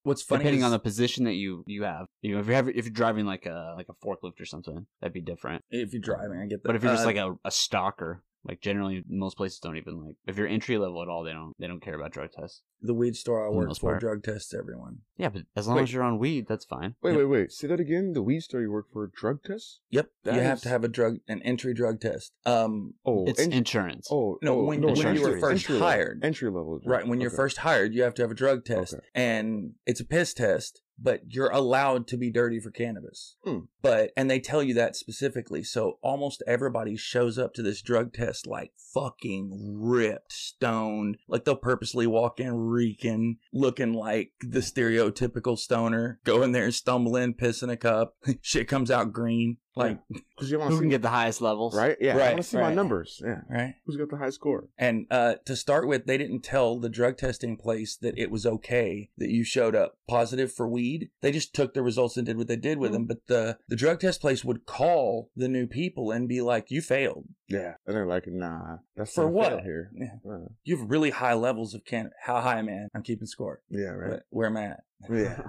Speaker 1: What's funny
Speaker 2: depending
Speaker 1: is,
Speaker 2: on the position that you you have, you know, if you have if you're driving like a like a forklift or something, that'd be different.
Speaker 1: if you're driving, I get that.
Speaker 2: But if you're just
Speaker 1: Uh,
Speaker 2: like a, a stalker, Like generally, most places don't even like if you're entry level at all, they don't they don't care about drug tests.
Speaker 1: The weed store I
Speaker 2: For the
Speaker 1: work
Speaker 2: most
Speaker 1: for
Speaker 2: part.
Speaker 1: drug tests everyone.
Speaker 2: Yeah, but as long
Speaker 3: Wait.
Speaker 2: as you're on weed, that's fine.
Speaker 3: Wait,
Speaker 2: Yeah.
Speaker 3: wait, wait. Say that again. The weed store you work for drug tests?
Speaker 1: Yep,
Speaker 3: That
Speaker 1: you have
Speaker 3: is-
Speaker 1: to have a drug an entry drug test. Um,
Speaker 3: Oh,
Speaker 2: It's
Speaker 3: en-
Speaker 2: insurance.
Speaker 3: oh
Speaker 1: No,
Speaker 3: oh,
Speaker 1: when-
Speaker 2: when you
Speaker 3: entry-
Speaker 2: were first
Speaker 3: entry level-
Speaker 1: hired.
Speaker 3: entry level.
Speaker 1: right when you're
Speaker 3: Okay.
Speaker 1: first hired, you have to have a drug test,
Speaker 3: Okay.
Speaker 1: and it's a piss test. But you're allowed to be dirty for cannabis.
Speaker 3: Hmm.
Speaker 1: But and they tell you that specifically. So almost everybody shows up to this drug test like fucking ripped, stoned. Like they'll purposely walk in reeking, looking like the stereotypical stoner. Go in there, stumble in, piss in a cup. [LAUGHS] Shit comes out green. Like
Speaker 3: Because you want
Speaker 2: Who
Speaker 3: to
Speaker 2: can
Speaker 3: see,
Speaker 2: get the highest levels?
Speaker 3: right? Yeah, I
Speaker 1: Right,
Speaker 3: want to see my
Speaker 1: right.
Speaker 3: numbers. Yeah,
Speaker 1: right.
Speaker 3: who's got the high score?
Speaker 1: And uh, to start with, they didn't tell the drug testing place that it was okay that you showed up positive for weed. They just took the results and did what they did with them. But the, the drug test place would call the new people and be like, You failed.
Speaker 3: Yeah, and they're like, nah, that's
Speaker 1: For
Speaker 3: not fair
Speaker 1: what?
Speaker 3: here.
Speaker 1: Yeah.
Speaker 3: Uh,
Speaker 1: You have really high levels of cannabis. How high, man? I'm keeping score.
Speaker 3: yeah, right.
Speaker 1: But Where am I at?
Speaker 3: [LAUGHS]
Speaker 1: [LAUGHS]
Speaker 3: Yeah,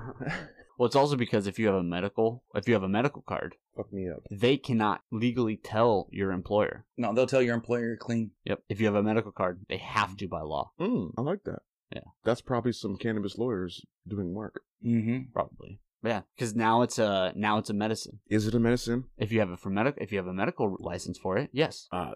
Speaker 2: Well, it's also because if you have a medical, if you have a medical card,
Speaker 3: fuck me up.
Speaker 2: they cannot legally tell your employer.
Speaker 1: No, they'll tell your employer you're clean.
Speaker 2: Yep. If you have a medical card, they have to by law.
Speaker 3: Mm, I like that.
Speaker 2: Yeah.
Speaker 3: that's probably some cannabis lawyers doing work.
Speaker 1: Mm-hmm.
Speaker 2: probably. Yeah, because now it's a now it's a medicine.
Speaker 3: Is it a medicine?
Speaker 2: If you have it for medical, if you have a medical license for it, yes,
Speaker 3: Uh,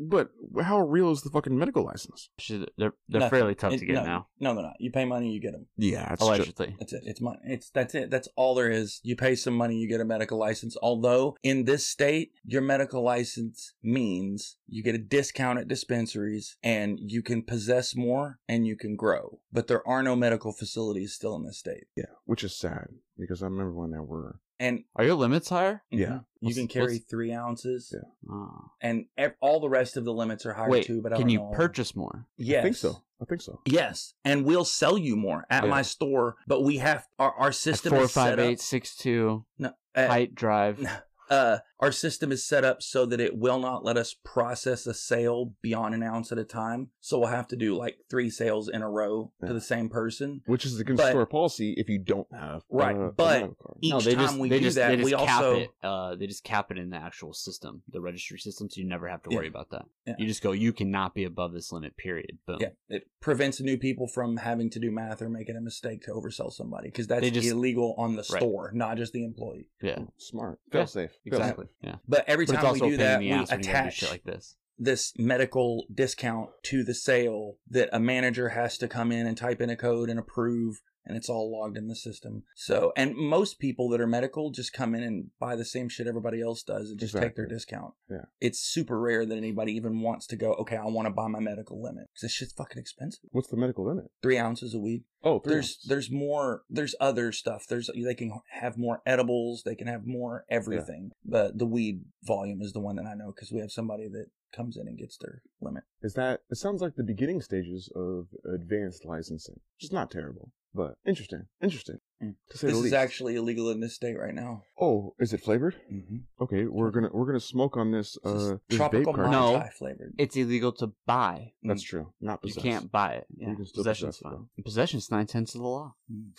Speaker 3: but how real is the fucking medical license?
Speaker 2: Should- they're they're
Speaker 1: Nothing.
Speaker 2: fairly tough to get
Speaker 1: no,
Speaker 2: now.
Speaker 1: No, they're not. You pay money, you get them.
Speaker 3: Yeah,
Speaker 1: Oh,
Speaker 3: it's just,
Speaker 2: Allegedly,
Speaker 1: That's it. It's money. It's that's it. That's all there is. You pay some money, you get a medical license. Although in this state, your medical license means you get a discount at dispensaries and you can possess more and you can grow. But there are no medical facilities still in this state.
Speaker 3: yeah, which is sad because I remember when there were.
Speaker 1: And mm-hmm,
Speaker 2: are your limits higher?
Speaker 3: Yeah.
Speaker 1: you can
Speaker 2: What's-
Speaker 1: carry
Speaker 2: what's-
Speaker 1: three ounces,
Speaker 3: Yeah.
Speaker 2: Oh.
Speaker 1: and ev- all the rest of the limits are higher
Speaker 2: Wait,
Speaker 1: too. But I
Speaker 2: can
Speaker 1: don't
Speaker 2: you
Speaker 1: know.
Speaker 2: purchase more?
Speaker 1: Yes,
Speaker 3: I think so. I think so.
Speaker 1: Yes, and we'll sell you more at
Speaker 2: Yeah.
Speaker 1: my store. But we have our our system
Speaker 2: Four,
Speaker 1: is set
Speaker 2: five,
Speaker 1: up-
Speaker 2: eight, six, two.
Speaker 1: No, uh,
Speaker 2: Height,
Speaker 1: [LAUGHS]
Speaker 2: drive.
Speaker 1: uh, our system is set up so that it will not let us process a sale beyond an ounce at a time. So we'll have to do like three sales in a row to
Speaker 3: Yeah.
Speaker 1: the same person.
Speaker 3: Which is against
Speaker 1: But-
Speaker 3: store policy if you don't have
Speaker 1: Right,
Speaker 3: uh, a
Speaker 1: but
Speaker 3: medical card.
Speaker 1: Each
Speaker 2: no, they
Speaker 1: time
Speaker 2: just
Speaker 1: we
Speaker 2: they
Speaker 1: do
Speaker 2: just
Speaker 1: that,
Speaker 2: they just
Speaker 1: we
Speaker 2: cap
Speaker 1: also
Speaker 2: it. Uh, they just cap it in the actual system, the registry system, so you never have to
Speaker 1: Yeah.
Speaker 2: worry about that.
Speaker 1: Yeah.
Speaker 2: You just go, you cannot be above this limit. Period. Boom.
Speaker 1: yeah, it prevents new people from having to do math or making a mistake to oversell somebody because that's
Speaker 2: They just-
Speaker 1: illegal on the
Speaker 2: Right.
Speaker 1: store, not just the employee.
Speaker 2: Yeah,
Speaker 3: Oh, Smart.
Speaker 2: Yeah,
Speaker 3: Fail safe.
Speaker 2: exactly. Yeah.
Speaker 1: But every
Speaker 2: But it's
Speaker 1: time we
Speaker 2: also a
Speaker 1: do
Speaker 2: pain in
Speaker 1: that,
Speaker 2: the
Speaker 1: we
Speaker 2: ass when you gotta do
Speaker 1: attach
Speaker 2: shit like this.
Speaker 1: this medical discount to the sale that a manager has to come in and type in a code and approve and it's all logged in the system. So, and most people that are medical just come in and buy the same shit everybody else does and just take their
Speaker 3: Exactly.
Speaker 1: discount.
Speaker 3: Yeah.
Speaker 1: It's super rare that anybody even wants to go, okay, I want to buy my medical limit. 'Cause this shit's fucking expensive.
Speaker 3: What's the medical limit?
Speaker 1: Three ounces a week.
Speaker 3: Oh, three
Speaker 1: There's,
Speaker 3: ounces.
Speaker 1: there's more, there's other stuff. There's, they can have more edibles. They can have more everything. But the weed volume is the one that I know because we have somebody that comes in and gets their limit.
Speaker 3: is that it sounds like the beginning stages of advanced licensing, which is not terrible, but interesting, interesting
Speaker 1: Mm.
Speaker 3: to say
Speaker 1: this
Speaker 3: the
Speaker 1: is
Speaker 3: least.
Speaker 1: actually illegal in this state right now.
Speaker 3: oh, is it flavored? Okay, we're gonna we're gonna smoke on this.
Speaker 1: This is
Speaker 3: Mm-hmm. Uh, this
Speaker 1: tropical
Speaker 3: vape card.
Speaker 1: matcha
Speaker 2: No.
Speaker 1: flavored.
Speaker 2: It's illegal to buy.
Speaker 3: that's true. Not
Speaker 2: You
Speaker 3: possessed.
Speaker 2: can't buy it. Yeah.
Speaker 3: You can still
Speaker 2: Possession's
Speaker 3: possess it,
Speaker 2: fine.
Speaker 3: though.
Speaker 2: And Possession's nine tenths of the law.
Speaker 1: Mm.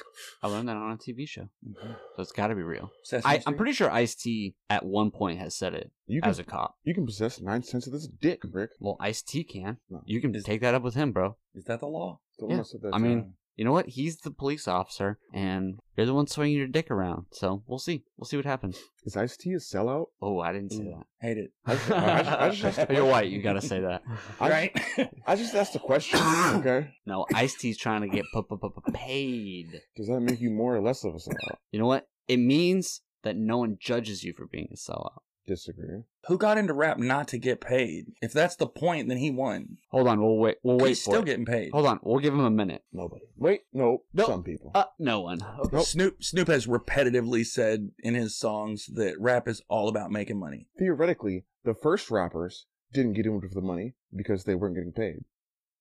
Speaker 2: I learned that on a TV show,
Speaker 1: Mhm.
Speaker 2: so it's got to be real.
Speaker 1: Sesame
Speaker 2: I, I'm
Speaker 1: Street?
Speaker 2: pretty sure Ice T at one point has said it
Speaker 3: You can
Speaker 2: as a cop.
Speaker 3: you can possess nine cents of this dick, Rick.
Speaker 2: Well, Ice T can.
Speaker 3: No.
Speaker 2: You can
Speaker 1: Is-
Speaker 2: take that up with him, bro.
Speaker 1: Is that the law?
Speaker 3: The
Speaker 2: Yeah,
Speaker 3: one said that
Speaker 2: I
Speaker 3: to
Speaker 2: mean-
Speaker 3: me.
Speaker 2: You know what? He's the police officer, and you're the one swinging your dick around. So we'll see. We'll see what happens.
Speaker 3: is Ice T a sellout?
Speaker 2: Oh, I didn't say
Speaker 1: Mm.
Speaker 2: that.
Speaker 1: Hate it.
Speaker 3: I just- I
Speaker 2: [LAUGHS]
Speaker 3: just- I just asked the
Speaker 2: you're
Speaker 3: question.
Speaker 2: white. You gotta say
Speaker 3: [LAUGHS]
Speaker 2: that.
Speaker 3: I-
Speaker 1: right? [LAUGHS]
Speaker 3: I just asked
Speaker 2: [COUGHS]
Speaker 3: a question. okay,
Speaker 2: No, Ice T's trying to get p- p- p- p- paid.
Speaker 3: does that make you more or less of a sellout?
Speaker 2: You know what? It means that no one judges you for being a sellout.
Speaker 3: Disagree.
Speaker 1: Who got into rap not to get paid? If that's the point, then he won.
Speaker 2: Hold on, we'll wait. We'll wait
Speaker 1: He's
Speaker 2: for
Speaker 1: still
Speaker 2: it.
Speaker 1: getting paid.
Speaker 2: Hold on, we'll give him a minute.
Speaker 3: Nobody. Wait, no.
Speaker 2: No.
Speaker 3: Some people.
Speaker 2: Uh, no one.
Speaker 3: Nope.
Speaker 1: Snoop Snoop has repetitively said in his songs that rap is all about making money.
Speaker 3: theoretically, the first rappers didn't get in for the money because they weren't getting paid.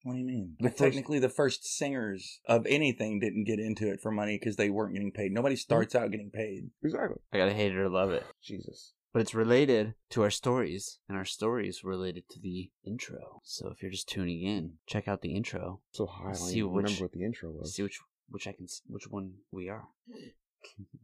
Speaker 1: What do you mean?
Speaker 3: The
Speaker 1: But
Speaker 3: first-
Speaker 1: Technically, the first singers of anything didn't get into it for money because they weren't getting paid. Nobody starts out getting paid.
Speaker 3: Exactly.
Speaker 2: I gotta hate it or love it.
Speaker 3: Jesus.
Speaker 2: But it's related to our stories, and our stories related to the intro. So if you're just tuning in, check out the intro.
Speaker 3: So high. I don't
Speaker 2: See
Speaker 3: even
Speaker 2: which-
Speaker 3: remember what the intro was.
Speaker 2: See which which I can s- which one we are. [LAUGHS]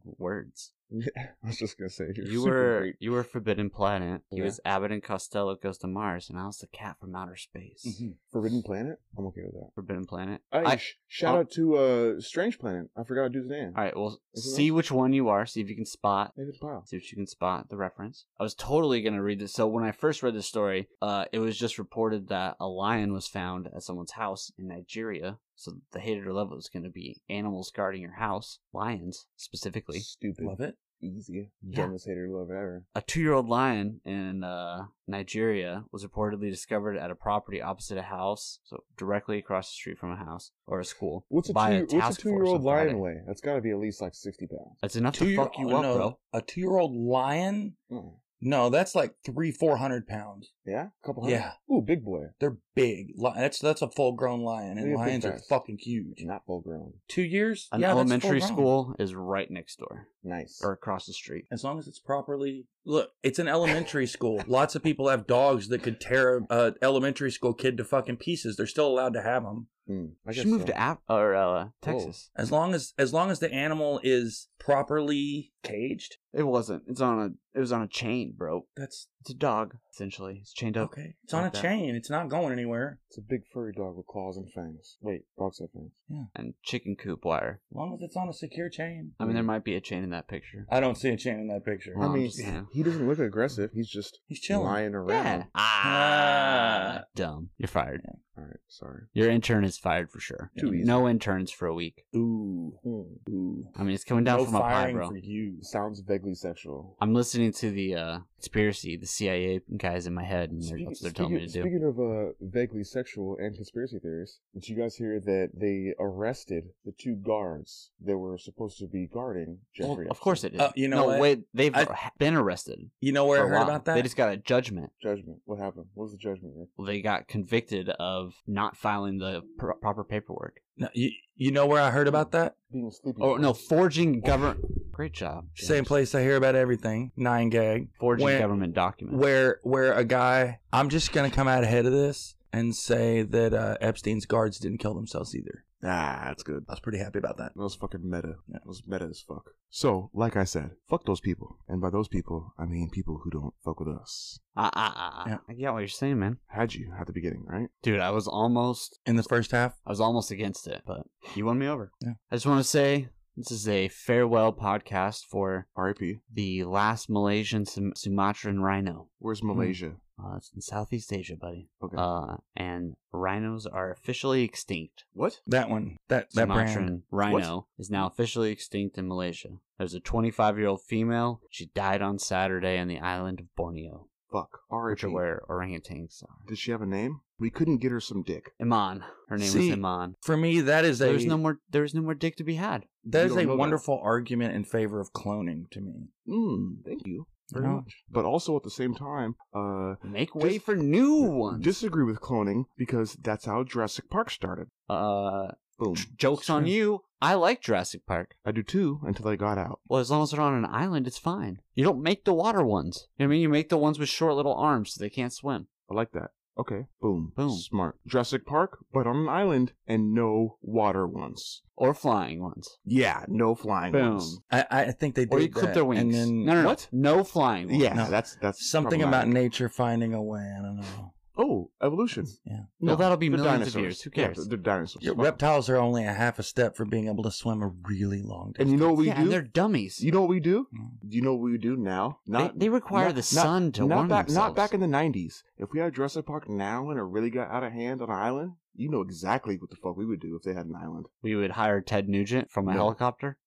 Speaker 2: Words.
Speaker 3: Yeah, [LAUGHS] I was just gonna say you're
Speaker 2: You
Speaker 3: super
Speaker 2: were
Speaker 3: great.
Speaker 2: you were Forbidden Planet. He
Speaker 3: Yeah.
Speaker 2: was Abbott and Costello Goes to Mars, and I was the cat from outer space.
Speaker 3: Mm-hmm. Forbidden Planet. I'm okay with that.
Speaker 2: Forbidden Planet.
Speaker 3: Hey,
Speaker 2: I-
Speaker 3: sh- shout
Speaker 2: I'll-
Speaker 3: out to uh, Strange Planet. I forgot to do his name.
Speaker 2: all right, well,
Speaker 3: Is it
Speaker 2: see which one you are. See if you can spot
Speaker 3: David Pyle.
Speaker 2: See if you can spot the reference. I was totally gonna read this. So when I first read this story, uh, it was just reported that a lion was found at someone's house in Nigeria. So the hated or level is gonna be animals guarding your house, lions specifically.
Speaker 3: Stupid.
Speaker 1: Love it.
Speaker 3: Easy.
Speaker 2: Yeah.
Speaker 3: Dumbest hater love ever.
Speaker 2: A two-year-old lion in uh, Nigeria was reportedly discovered at a property opposite a house, so directly across the street from a house or a school.
Speaker 3: What's a
Speaker 2: by
Speaker 3: two? what's
Speaker 2: task
Speaker 3: a
Speaker 2: force
Speaker 3: two-year-old
Speaker 2: on
Speaker 3: lion
Speaker 2: Friday.
Speaker 3: weigh? That's got to be at least like sixty pounds.
Speaker 2: That's enough to
Speaker 1: Two-year-
Speaker 2: fuck you
Speaker 1: oh,
Speaker 2: up,
Speaker 1: no,
Speaker 2: bro.
Speaker 1: A two year old lion?
Speaker 3: Mm.
Speaker 1: No, that's like three, four hundred pounds.
Speaker 3: Yeah, a couple hundred.
Speaker 1: Yeah.
Speaker 3: Ooh, big boy.
Speaker 1: They're big. Li- That's that's a full grown lion, and
Speaker 3: Look at big
Speaker 1: lions are
Speaker 3: guys.
Speaker 1: fucking huge.
Speaker 3: Not full grown.
Speaker 1: Two years?
Speaker 2: An
Speaker 1: Yeah, that's
Speaker 2: elementary
Speaker 1: full-grown.
Speaker 2: school is right next door
Speaker 3: Nice.
Speaker 2: or across the street.
Speaker 1: As long as it's properly look, it's an elementary school. Lots of people have dogs that could tear a, a elementary school kid to fucking pieces. They're still allowed to have them
Speaker 3: Mm, I guess
Speaker 2: She moved
Speaker 3: so.
Speaker 2: to App or uh, Texas.
Speaker 1: as long as as long as the animal is properly caged.
Speaker 2: It wasn't. It's on a. It was on a chain, bro.
Speaker 1: That's
Speaker 2: It's a dog essentially. It's chained up.
Speaker 1: okay. It's on a
Speaker 2: Like that.
Speaker 1: chain. It's not going anywhere.
Speaker 3: It's a big furry dog with claws and fangs. Wait, dogs have fangs.
Speaker 2: And chicken coop wire.
Speaker 1: As long as it's on a secure chain.
Speaker 2: I mean, there might be a chain in that picture.
Speaker 1: Hmm. I don't see a chain in that picture.
Speaker 2: Well,
Speaker 3: I
Speaker 2: I'm
Speaker 3: mean,
Speaker 2: just saying.
Speaker 3: he doesn't look aggressive. He's just
Speaker 1: He's chilling.
Speaker 3: lying around.
Speaker 2: Yeah. Ah, dumb. You're fired.
Speaker 3: All right, sorry.
Speaker 2: Your intern is fired for sure.
Speaker 3: Too easy.
Speaker 2: No interns for a week.
Speaker 1: Ooh,
Speaker 3: Hmm.
Speaker 1: ooh.
Speaker 2: I mean, it's coming down
Speaker 1: no
Speaker 2: from up high,
Speaker 1: firing
Speaker 2: bro.
Speaker 1: for you.
Speaker 3: Sounds vaguely sexual.
Speaker 2: I'm listening to the uh, conspiracy, the CIA guys in my head, and they're,
Speaker 3: Speaking-
Speaker 2: that's what they're telling me to
Speaker 3: speaking-
Speaker 2: do.
Speaker 3: Speaking of uh, vaguely sexual and conspiracy theories, did you guys hear that they arrested the two guards that were supposed to be guarding
Speaker 2: Well,
Speaker 3: Jeffrey?
Speaker 2: of course it is.
Speaker 1: Uh, you know
Speaker 2: no,
Speaker 1: what?
Speaker 2: wait, they've
Speaker 1: I-
Speaker 2: uh, been arrested.
Speaker 1: You know where
Speaker 2: for
Speaker 1: I
Speaker 2: a
Speaker 1: heard
Speaker 2: while.
Speaker 1: about that?
Speaker 2: They just got a judgment.
Speaker 3: Judgment. What happened? What was the judgment? Rick?
Speaker 2: They got convicted of not filing the pr- proper paperwork.
Speaker 1: No, you, you know where I heard about that?
Speaker 3: Being sleepy.
Speaker 2: Oh no, forging government. Great job. James.
Speaker 1: Same place I hear about everything. Nine gag.
Speaker 2: Forging
Speaker 1: Where-
Speaker 2: government documents.
Speaker 1: where where a guy I'm just gonna come out ahead of this and say that uh, Epstein's guards didn't kill themselves either.
Speaker 3: Ah, that's good.
Speaker 1: I was pretty happy about that.
Speaker 3: That was fucking meta.
Speaker 1: Yeah.
Speaker 3: That was meta as fuck. So, like I said, fuck those people. And by those people, I mean people who don't fuck with us.
Speaker 2: Ah ah ah. ah.
Speaker 1: Yeah.
Speaker 2: I get what you're saying, man.
Speaker 3: Had you at the beginning, right?
Speaker 2: Dude, I was almost,
Speaker 1: In the first half,
Speaker 2: I was almost against it, but you won me over.
Speaker 1: Yeah.
Speaker 2: I just want to say this is a farewell podcast for
Speaker 3: R.I.P.
Speaker 2: the last Malaysian Sum- Sumatran rhino.
Speaker 3: Where's Malaysia?
Speaker 2: Uh, it's in Southeast Asia, buddy.
Speaker 3: Okay.
Speaker 2: Uh, and rhinos are officially extinct.
Speaker 3: what?
Speaker 1: that one, that that brand.
Speaker 2: Sumatran rhino is now officially extinct in Malaysia. There's a 25 year old female. She died on Saturday on the island of Borneo,
Speaker 3: Fuck.
Speaker 2: which
Speaker 3: R.I.P.
Speaker 2: are where orangutans are.
Speaker 3: Did she have a name? We couldn't get her some dick.
Speaker 2: Iman. Her name
Speaker 1: See,
Speaker 2: is Iman.
Speaker 1: For me, that is a
Speaker 2: There's no more. There is no more dick to be had.
Speaker 1: that
Speaker 3: you
Speaker 1: is
Speaker 3: don't
Speaker 1: a
Speaker 3: know that.
Speaker 1: wonderful argument in favor of cloning to me.
Speaker 3: Mm, thank you very
Speaker 1: Yeah.
Speaker 3: much. But also at the same time, uh,
Speaker 2: Make way
Speaker 3: Dis-
Speaker 2: for new ones.
Speaker 3: disagree with cloning because that's how Jurassic Park started.
Speaker 2: uh,
Speaker 3: Boom.
Speaker 2: jokes on you. I like Jurassic Park.
Speaker 3: I do too until I got out.
Speaker 2: Well, as long as they're on an island, it's fine. You don't make the water ones. You know what I mean? You make the ones with short little arms so they can't swim.
Speaker 3: I like that. Okay. Boom.
Speaker 2: Boom.
Speaker 3: Smart. Jurassic Park, but on an island and no water once.
Speaker 2: Or flying ones.
Speaker 3: Yeah, no flying
Speaker 2: Boom.
Speaker 3: ones.
Speaker 1: I, I think they did
Speaker 2: Or you clip
Speaker 1: that,
Speaker 2: their wings.
Speaker 1: and then
Speaker 2: no, no, no.
Speaker 3: What?
Speaker 2: No flying ones.
Speaker 3: Yeah,
Speaker 1: No.
Speaker 3: that's that's
Speaker 1: something about
Speaker 3: problematic.
Speaker 1: nature finding a way. I don't know.
Speaker 3: oh evolution.
Speaker 1: Yeah.
Speaker 2: Well, that'll be
Speaker 3: they're
Speaker 2: millions of years. Who
Speaker 3: Yeah,
Speaker 2: cares?
Speaker 3: they're, they're dinosaurs.
Speaker 1: Your
Speaker 3: Fuck.
Speaker 1: reptiles are only a half a step from being able to swim a really long
Speaker 3: and
Speaker 1: distance.
Speaker 3: you know what we
Speaker 2: yeah,
Speaker 3: do?
Speaker 2: and they're dummies.
Speaker 3: You know what we do?
Speaker 1: Mm.
Speaker 3: Do you know what we do now? Not
Speaker 2: they require the sun to
Speaker 3: not
Speaker 2: warm
Speaker 3: back,
Speaker 2: themselves.
Speaker 3: Not back in the '90s. If we had Jurassic Park now and it really got out of hand on an island, you know exactly what the fuck we would do if they had an island. [SIGHS]
Speaker 2: we would hire Ted Nugent from a
Speaker 3: No.
Speaker 2: helicopter.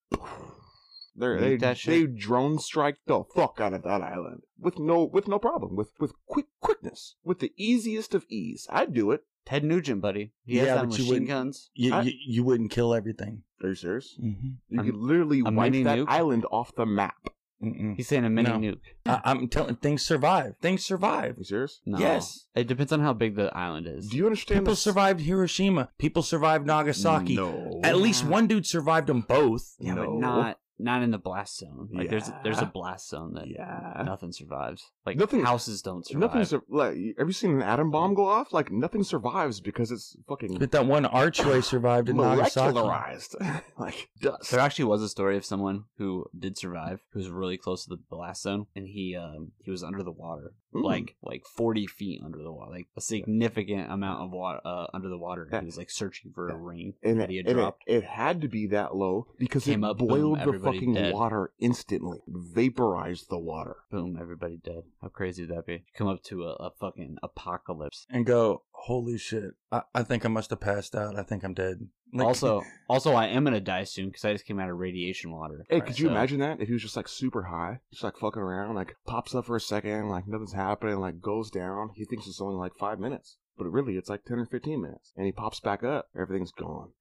Speaker 3: They're,
Speaker 2: Nuke
Speaker 3: they
Speaker 2: that
Speaker 3: they
Speaker 2: shit.
Speaker 3: drone strike the fuck out of that island with no with no problem with with quick quickness with the easiest of ease. I'd do it.
Speaker 2: Ted Nugent, buddy. He has
Speaker 1: Yeah,
Speaker 2: that
Speaker 1: but you
Speaker 2: machine
Speaker 1: wouldn't-
Speaker 2: guns.
Speaker 1: You,
Speaker 3: I-
Speaker 1: you, you wouldn't kill everything.
Speaker 3: Are you serious?
Speaker 1: Mm-hmm.
Speaker 3: You
Speaker 2: A-
Speaker 3: could literally
Speaker 2: a
Speaker 3: wipe
Speaker 2: mini
Speaker 3: that
Speaker 2: nuke?
Speaker 3: island off the map.
Speaker 1: Mm-mm.
Speaker 2: [LAUGHS] He's saying a mini
Speaker 1: No.
Speaker 2: nuke.
Speaker 1: I, I'm telling things survive. Things survive.
Speaker 3: Are you serious?
Speaker 2: No.
Speaker 1: Yes.
Speaker 2: It depends on how big the island is.
Speaker 3: Do you understand?
Speaker 1: People
Speaker 3: the-
Speaker 1: survived Hiroshima. People survived Nagasaki.
Speaker 3: No.
Speaker 1: At least one dude survived them both.
Speaker 2: yeah,
Speaker 3: no.
Speaker 2: but not not in the blast zone. Like there's there's a
Speaker 3: Yeah.
Speaker 2: blast zone that
Speaker 3: Yeah.
Speaker 2: nothing survives. Like
Speaker 3: Nothing-
Speaker 2: houses don't survive.
Speaker 3: Nothing. Sur- like, have you seen an atom bomb go off? Like nothing survives because it's fucking
Speaker 1: But that one archway survived in Nagasaki.
Speaker 3: molecularized, [LAUGHS] like dust.
Speaker 2: There actually was a story of someone who did survive, who was really close to the blast zone, and he um he was under the water,
Speaker 3: Mm.
Speaker 2: like like forty feet under the water, like a significant amount of water uh, under the water. and
Speaker 3: Yeah.
Speaker 2: He was like searching for a
Speaker 3: Yeah.
Speaker 2: ring
Speaker 3: and,
Speaker 2: that
Speaker 3: it,
Speaker 2: he had
Speaker 3: and it,
Speaker 2: dropped.
Speaker 3: it had to be that low because
Speaker 2: Came
Speaker 3: it
Speaker 2: up, boom,
Speaker 3: boiled the
Speaker 2: everybody
Speaker 3: fucking
Speaker 2: dead.
Speaker 3: water instantly, vaporized the water.
Speaker 2: Boom! Everybody dead. How crazy would that be? Come up to a, a fucking apocalypse.
Speaker 1: And go, holy shit! I, I think I must have passed out. I think I'm dead.
Speaker 3: [LAUGHS]
Speaker 1: Like-
Speaker 2: also, also, I am gonna die soon because I just came out of radiation water.
Speaker 3: Hey,
Speaker 1: Right,
Speaker 3: could you
Speaker 2: so-
Speaker 3: imagine that if he was just like super high, just like fucking around, like pops up for a second, like nothing's happening, like goes down. He thinks it's only like five minutes, but really it's like ten or fifteen minutes, and he pops back up. Everything's gone.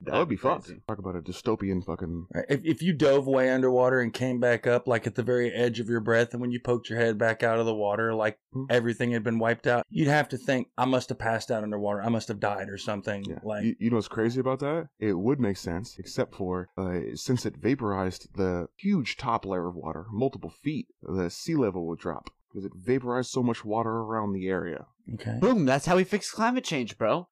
Speaker 3: that
Speaker 2: That'd
Speaker 3: would
Speaker 2: be
Speaker 3: be fun.
Speaker 2: crazy.
Speaker 3: Talk about a dystopian fucking.
Speaker 1: if if you dove way underwater and came back up, like at the very edge of your breath, and when you poked your head back out of the water, like
Speaker 3: Hmm.
Speaker 1: everything had been wiped out, you'd have to think, I must have passed out underwater. I must have died or something.
Speaker 3: Yeah.
Speaker 1: Like
Speaker 3: you, you know what's crazy about that? It would make sense, except for uh, since it vaporized the huge top layer of water, multiple feet, the sea level would drop because it vaporized so much water around the area.
Speaker 1: okay.
Speaker 2: Boom! That's how we fix climate change, bro.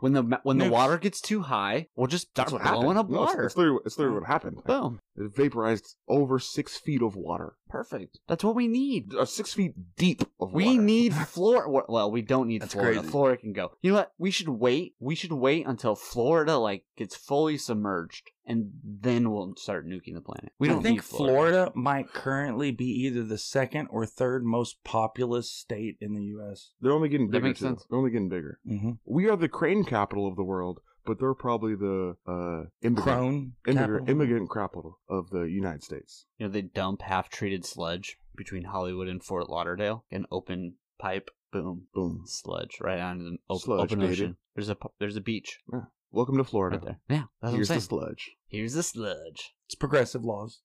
Speaker 2: When the ma- when the
Speaker 1: Nukes.
Speaker 2: water gets too high, we'll just start
Speaker 3: That's what
Speaker 2: blowing
Speaker 3: happened.
Speaker 2: up
Speaker 3: No, it's-
Speaker 2: water.
Speaker 3: it's, literally, it's literally what happened.
Speaker 2: Boom!
Speaker 3: It vaporized over six feet of water.
Speaker 2: Perfect. That's what we need.
Speaker 3: Uh, six feet deep of water.
Speaker 2: We need Florida. Well, we don't need
Speaker 1: That's
Speaker 2: Florida.
Speaker 1: crazy.
Speaker 2: Florida can go. You know what? We should wait. We should wait until Florida like gets fully submerged, and then we'll start nuking the planet. We don't
Speaker 1: I think
Speaker 2: need Florida.
Speaker 1: Florida. might currently be either the second or third most populous state in the U.S.
Speaker 3: They're only getting
Speaker 2: That
Speaker 3: bigger.
Speaker 2: makes
Speaker 3: too.
Speaker 2: sense.
Speaker 3: They're only getting bigger.
Speaker 1: Mm-hmm.
Speaker 3: We are the crane capital of the world, but they're probably the uh, immigrant,
Speaker 1: Crone
Speaker 3: immigrant,
Speaker 1: capital.
Speaker 3: immigrant capital of the United States.
Speaker 2: You know they dump half-treated sludge between Hollywood and Fort Lauderdale, an open pipe. Boom,
Speaker 3: Boom.
Speaker 2: sludge right out in the op-
Speaker 3: Sludge,
Speaker 2: open
Speaker 3: baby.
Speaker 2: ocean. There's a pu- there's a beach
Speaker 3: Welcome to Florida.
Speaker 2: right there. Yeah, that's
Speaker 3: Here's
Speaker 2: what I'm saying.
Speaker 3: the sludge.
Speaker 2: Here's the sludge.
Speaker 1: It's progressive laws.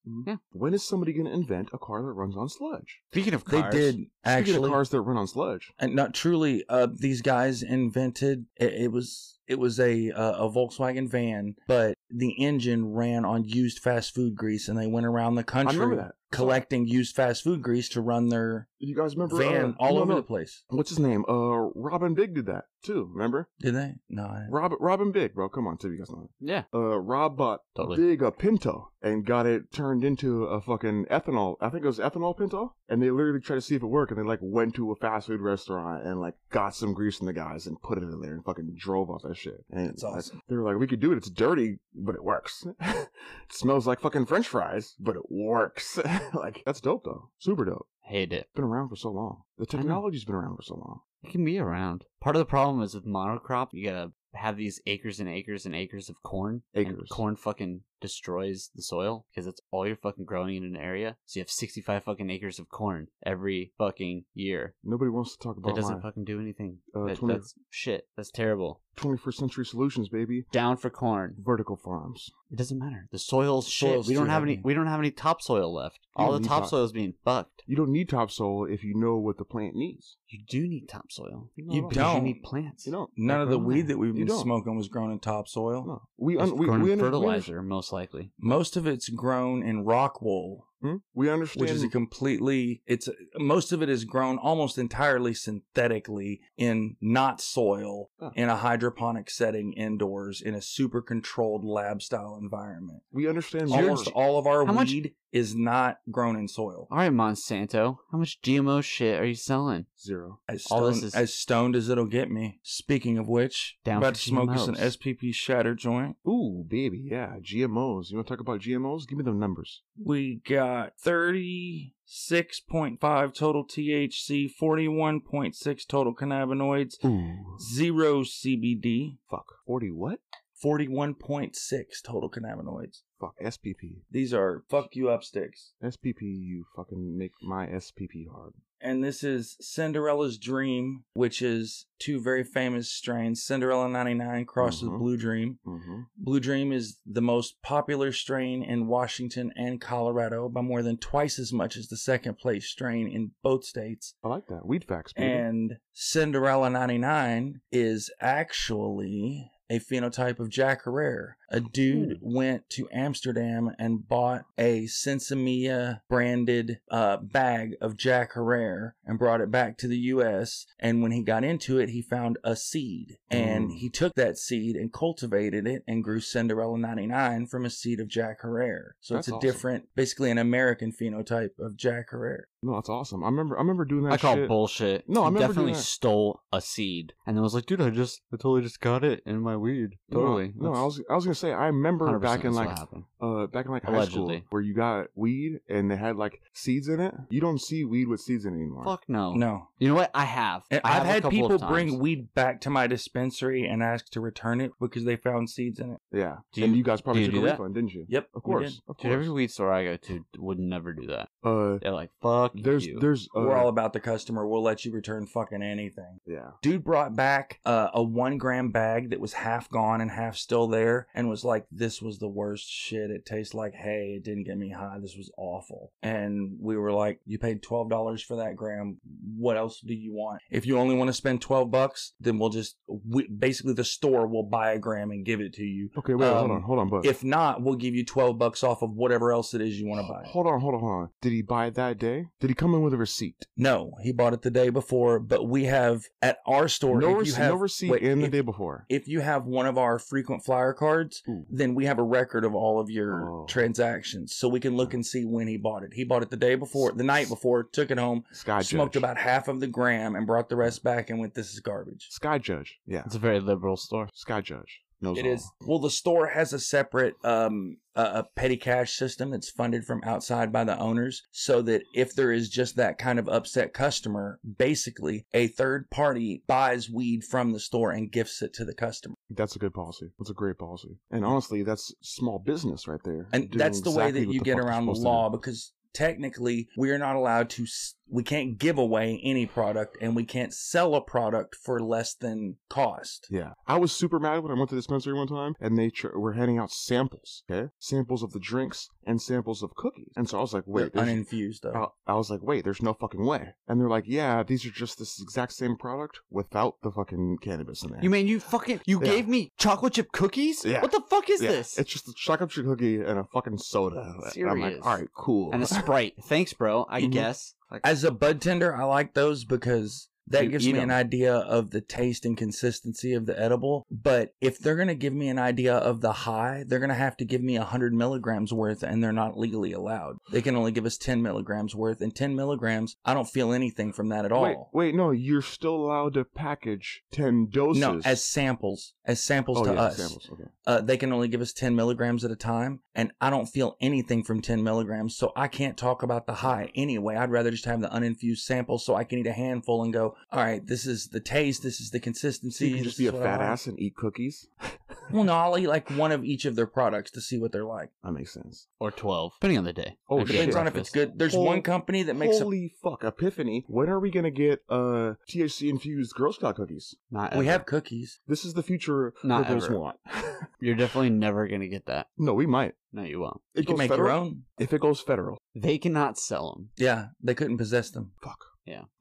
Speaker 3: When is somebody going to invent a car that runs on sludge?
Speaker 2: Speaking of
Speaker 1: They did actually.
Speaker 3: Speaking of cars that run on sludge,
Speaker 1: and not truly uh these guys invented it, it was it was a uh, a Volkswagen van but the engine ran on used fast food grease and they went around the
Speaker 3: I
Speaker 1: country
Speaker 3: remember that.
Speaker 1: collecting used fast food grease to run their
Speaker 3: You guys remember
Speaker 1: van
Speaker 3: uh,
Speaker 1: all
Speaker 3: no,
Speaker 1: over
Speaker 3: no.
Speaker 1: the place
Speaker 3: What's his name? Uh, Robin Big did that too. Remember?
Speaker 1: did they no I,
Speaker 3: Rob Robin Big, bro. Come on, too. You guys know.
Speaker 2: Yeah,
Speaker 3: uh, Rob bought
Speaker 2: Totally.
Speaker 3: big a Pinto and got it turned into a fucking ethanol. I think it was ethanol Pinto, and they literally tried to see if it worked, and they like went to a fast food restaurant and like got some grease from the guys and put it in there and fucking drove off that shit. And
Speaker 1: That's
Speaker 3: like,
Speaker 1: awesome.
Speaker 3: they were like, "We could do it. It's dirty, but it works. [LAUGHS] it smells like fucking French fries, but it works. [LAUGHS] like that's dope though. Super dope.
Speaker 2: hate it.
Speaker 3: Been around for so long. The
Speaker 2: know.
Speaker 3: technology's been around for so long.
Speaker 2: It can be around. Part of the problem is with monocrop, you gotta have these acres and acres and acres of corn. and
Speaker 3: Acres.
Speaker 2: corn fucking destroys the soil because it's all you're fucking growing in an area. So you have 65 fucking acres of corn every fucking year.
Speaker 3: Nobody wants to talk
Speaker 2: That
Speaker 3: about
Speaker 2: doesn't
Speaker 3: Oh my
Speaker 2: fucking do anything.
Speaker 3: Uh,
Speaker 2: That-
Speaker 3: 20
Speaker 2: That's shit. That's terrible.
Speaker 3: 21st century solutions, baby.
Speaker 2: Down for corn.
Speaker 3: Vertical farms.
Speaker 2: It doesn't matter. The soil's shit.
Speaker 1: Soil's
Speaker 2: We don't
Speaker 1: too
Speaker 2: have any.
Speaker 1: heavy.
Speaker 2: We don't have any topsoil left.
Speaker 3: You
Speaker 2: All the
Speaker 3: don't need top-
Speaker 2: topsoil is being fucked.
Speaker 3: You don't need topsoil if you know what the plant needs.
Speaker 2: You do need topsoil.
Speaker 1: You
Speaker 2: Because
Speaker 1: don't.
Speaker 2: You need plants.
Speaker 3: You don't.
Speaker 1: none of the
Speaker 2: Grown
Speaker 1: weed
Speaker 2: that.
Speaker 1: that we've
Speaker 3: You
Speaker 1: been
Speaker 3: don't.
Speaker 1: smoking was grown in topsoil
Speaker 3: No. We,
Speaker 2: It's
Speaker 3: un- we,
Speaker 2: grown
Speaker 3: we
Speaker 2: in
Speaker 3: under-
Speaker 2: fertilizer, most likely.
Speaker 1: most of it's grown in rock wool
Speaker 3: We, under- hmm? we understand.
Speaker 1: which is a completely it's most of it is grown almost entirely synthetically in not soil
Speaker 3: Huh.
Speaker 1: in a hydroponic setting indoors in a super controlled lab style environment
Speaker 3: we understand.
Speaker 2: You're-
Speaker 1: almost all of our
Speaker 2: How
Speaker 1: weed
Speaker 2: much-
Speaker 1: is not grown in soil
Speaker 2: All right, Monsanto, how much GMO shit are you selling?
Speaker 3: zero.
Speaker 1: as stoned,
Speaker 2: all this is-
Speaker 1: as stoned as it'll get me speaking of which
Speaker 2: Down
Speaker 1: about
Speaker 2: for
Speaker 1: to smoke us an
Speaker 2: GMOs.
Speaker 1: spp shatter joint
Speaker 3: Ooh, baby, yeah. GMOs. You want to talk about GMOs? Give me the numbers.
Speaker 1: we got 36.5 total thc 41.6 total cannabinoids
Speaker 3: Ooh,
Speaker 1: zero cbd
Speaker 3: fuck. Forty what?
Speaker 1: 41.6 total cannabinoids.
Speaker 3: Fuck. SPP.
Speaker 1: These are fuck you up sticks.
Speaker 3: SPP. You fucking make my SPP hard.
Speaker 1: And this is Cinderella's Dream, which is two very famous strains Cinderella 99 crosses
Speaker 3: Mhm.
Speaker 1: Blue Dream.
Speaker 3: Mm-hmm.
Speaker 1: Blue Dream is the most popular strain in Washington and Colorado by more than twice as much as the second place strain in both states.
Speaker 3: I like that. Weed facts, baby.
Speaker 1: And Cinderella 99 is actually a phenotype of Jack Herrera, a dude
Speaker 3: Hmm.
Speaker 1: went to Amsterdam and bought a Sensimilla branded uh, bag of Jack Herrera and brought it back to the U.S. And when he got into it, he found a seed and
Speaker 3: Mm.
Speaker 1: he took that seed and cultivated it and grew Cinderella 99 from a seed of Jack Herrera. So
Speaker 3: That's
Speaker 1: it's a
Speaker 3: awesome.
Speaker 1: different, basically an American phenotype of Jack Herrera.
Speaker 3: No, that's awesome. I remember. I remember doing that.
Speaker 2: I call
Speaker 3: shit.
Speaker 2: bullshit.
Speaker 3: No, I
Speaker 2: he
Speaker 3: remember doing
Speaker 2: definitely
Speaker 3: that.
Speaker 2: stole a seed, and then was like, dude, I just, I totally just got it in my weed.
Speaker 3: No,
Speaker 2: Totally.
Speaker 3: No, I
Speaker 2: That's
Speaker 3: was. I was gonna say. I remember
Speaker 2: 100%
Speaker 3: back in
Speaker 2: that's what
Speaker 3: like
Speaker 2: happened.
Speaker 3: uh back in like high school
Speaker 2: Allegedly.
Speaker 3: where you got weed and they had like seeds in it. You don't see weed with seeds in it anymore.
Speaker 2: Fuck no.
Speaker 1: No.
Speaker 2: You know what? I have.
Speaker 1: And
Speaker 2: I have
Speaker 1: I've
Speaker 2: a
Speaker 1: had
Speaker 2: couple of
Speaker 1: people bring
Speaker 2: times.
Speaker 1: weed back to my dispensary and ask to return it because they found seeds in it.
Speaker 3: Yeah.
Speaker 2: Do
Speaker 3: and
Speaker 2: you-
Speaker 3: you guys probably
Speaker 2: do you
Speaker 3: took a
Speaker 2: do that?
Speaker 3: refund, didn't you?
Speaker 1: Yep.
Speaker 3: Of
Speaker 1: we
Speaker 3: course.
Speaker 1: did.
Speaker 3: Of
Speaker 2: Dude, every
Speaker 3: course.
Speaker 2: weed store I go to would never do that.
Speaker 3: Uh,
Speaker 2: They're like, fuck
Speaker 3: there's
Speaker 2: you.
Speaker 3: there's uh,
Speaker 1: We're all about the customer. We'll let you return fucking anything.
Speaker 3: yeah.
Speaker 1: Dude brought back uh, a one gram bag that was half gone and half still there and was like, this was the worst shit. It tastes like hay. It didn't get me high. This was awful. And we were like, you paid $12 for that gram. What else do you want? If you only want to spend 12 bucks, then we'll just, we, basically the store will buy a gram and give it to you.
Speaker 3: Okay, wait, hold
Speaker 1: Um,
Speaker 3: on, hold on, but
Speaker 1: If not, we'll give you 12 bucks off of whatever else it is you want to buy.
Speaker 3: hold on, hold on, hold on. Did he buy it that day? Did he come in with a receipt?
Speaker 1: No, he bought it the day before, but we have at our store.
Speaker 3: no,
Speaker 1: if
Speaker 3: rece-
Speaker 1: you have,
Speaker 3: no receipt
Speaker 1: wait,
Speaker 3: in the
Speaker 1: if,
Speaker 3: day before.
Speaker 1: If you have one of our frequent flyer cards,
Speaker 3: Ooh.
Speaker 1: then we have a record of all of your
Speaker 3: Oh.
Speaker 1: transactions, so we can look and see when he bought it. He bought it the day before, the night before, took it home,
Speaker 3: Sky
Speaker 1: smoked
Speaker 3: Judge.
Speaker 1: about half of the gram, and brought the rest back and went, "This is garbage."
Speaker 3: Sky Judge. Yeah.
Speaker 2: It's a very liberal store.
Speaker 3: Sky Judge. Knows
Speaker 1: It
Speaker 3: all.
Speaker 1: is. Well, the store has a separate um uh, a petty cash system that's funded from outside by the owners, so that if there is just that kind of upset customer, basically a third party buys weed from the store and gifts it to the customer,
Speaker 3: That's a good policy. That's a great policy. And honestly, that's small business right there.
Speaker 1: and
Speaker 3: doing
Speaker 1: that's the way
Speaker 3: exactly
Speaker 1: that
Speaker 3: what
Speaker 1: you
Speaker 3: the
Speaker 1: get
Speaker 3: fuck they're
Speaker 1: around the
Speaker 3: supposed to do.
Speaker 1: law because technically we are not allowed to s- we can't give away any product and we can't sell a product for less than cost
Speaker 3: Yeah. I was super mad when I went to the dispensary one time and they tr- were handing out samples, okay? Samples of the drinks and samples of cookies. And so I was like, wait,
Speaker 1: They're
Speaker 3: there's-
Speaker 1: uninfused though
Speaker 3: I I was like, wait, there's no fucking way. And they're like, yeah, these are just this exact same product without the fucking cannabis in there.
Speaker 2: You mean you fucking you
Speaker 3: Yeah.
Speaker 2: gave me chocolate chip cookies?
Speaker 3: Yeah.
Speaker 2: What the fuck is
Speaker 3: Yeah,
Speaker 2: this?
Speaker 3: It's just a chocolate chip cookie and a fucking soda. I'm
Speaker 2: Serious.
Speaker 3: like, all right, cool. Mm-hmm.
Speaker 2: and a
Speaker 3: [LAUGHS]
Speaker 2: Sprite. Thanks, bro. I
Speaker 1: Mhm.
Speaker 2: guess. Like,
Speaker 1: As a bud tender, I like those because that
Speaker 2: You
Speaker 1: gives
Speaker 2: eat
Speaker 1: me an
Speaker 2: 'em.
Speaker 1: idea of the taste and consistency of the edible. But if they're going to give me an idea of the high, they're going to have to give me 100 milligrams worth, and they're not legally allowed. They can only give us 10 milligrams worth, and 10 milligrams, I don't feel anything from that at all.
Speaker 3: wait, wait, no, you're still allowed to package 10 doses.
Speaker 1: No, as samples, as samples
Speaker 3: oh,
Speaker 1: to
Speaker 3: yeah,
Speaker 1: us.
Speaker 3: samples. Okay.
Speaker 1: Uh, they can only give us 10 milligrams at a time, and I don't feel anything from 10 milligrams, so I can't talk about the high anyway. I'd rather just have the uninfused sample so I can eat a handful and go, all right, this is the taste, this is the
Speaker 3: So
Speaker 1: consistency.
Speaker 3: you can just
Speaker 1: this
Speaker 3: be
Speaker 1: is
Speaker 3: a
Speaker 1: what I
Speaker 3: fat
Speaker 1: like."
Speaker 3: ass and eat cookies?
Speaker 1: Well, no, I'll eat like one of each of their products to see what they're like.
Speaker 3: That makes sense.
Speaker 2: or twelve, depending on the day.
Speaker 3: Oh,
Speaker 2: Or
Speaker 3: shit.
Speaker 1: Depends on if it's
Speaker 2: breakfast.
Speaker 1: good. There's
Speaker 3: Hol-
Speaker 1: one company that makes a.
Speaker 3: Holy fuck, epiphany. When are we going to get uh, THC infused Girl Scout cookies?
Speaker 2: Not
Speaker 1: We
Speaker 2: ever.
Speaker 1: have cookies.
Speaker 3: This is the future
Speaker 2: Not
Speaker 3: liberals
Speaker 2: ever.
Speaker 3: want. [LAUGHS]
Speaker 2: You're definitely never gonna get that.
Speaker 3: no, we might.
Speaker 2: No, you won't.
Speaker 3: It
Speaker 1: You can
Speaker 3: goes
Speaker 1: make
Speaker 3: federal.
Speaker 1: your own.
Speaker 3: If it goes federal.
Speaker 2: They cannot sell them.
Speaker 1: Yeah, they couldn't possess them.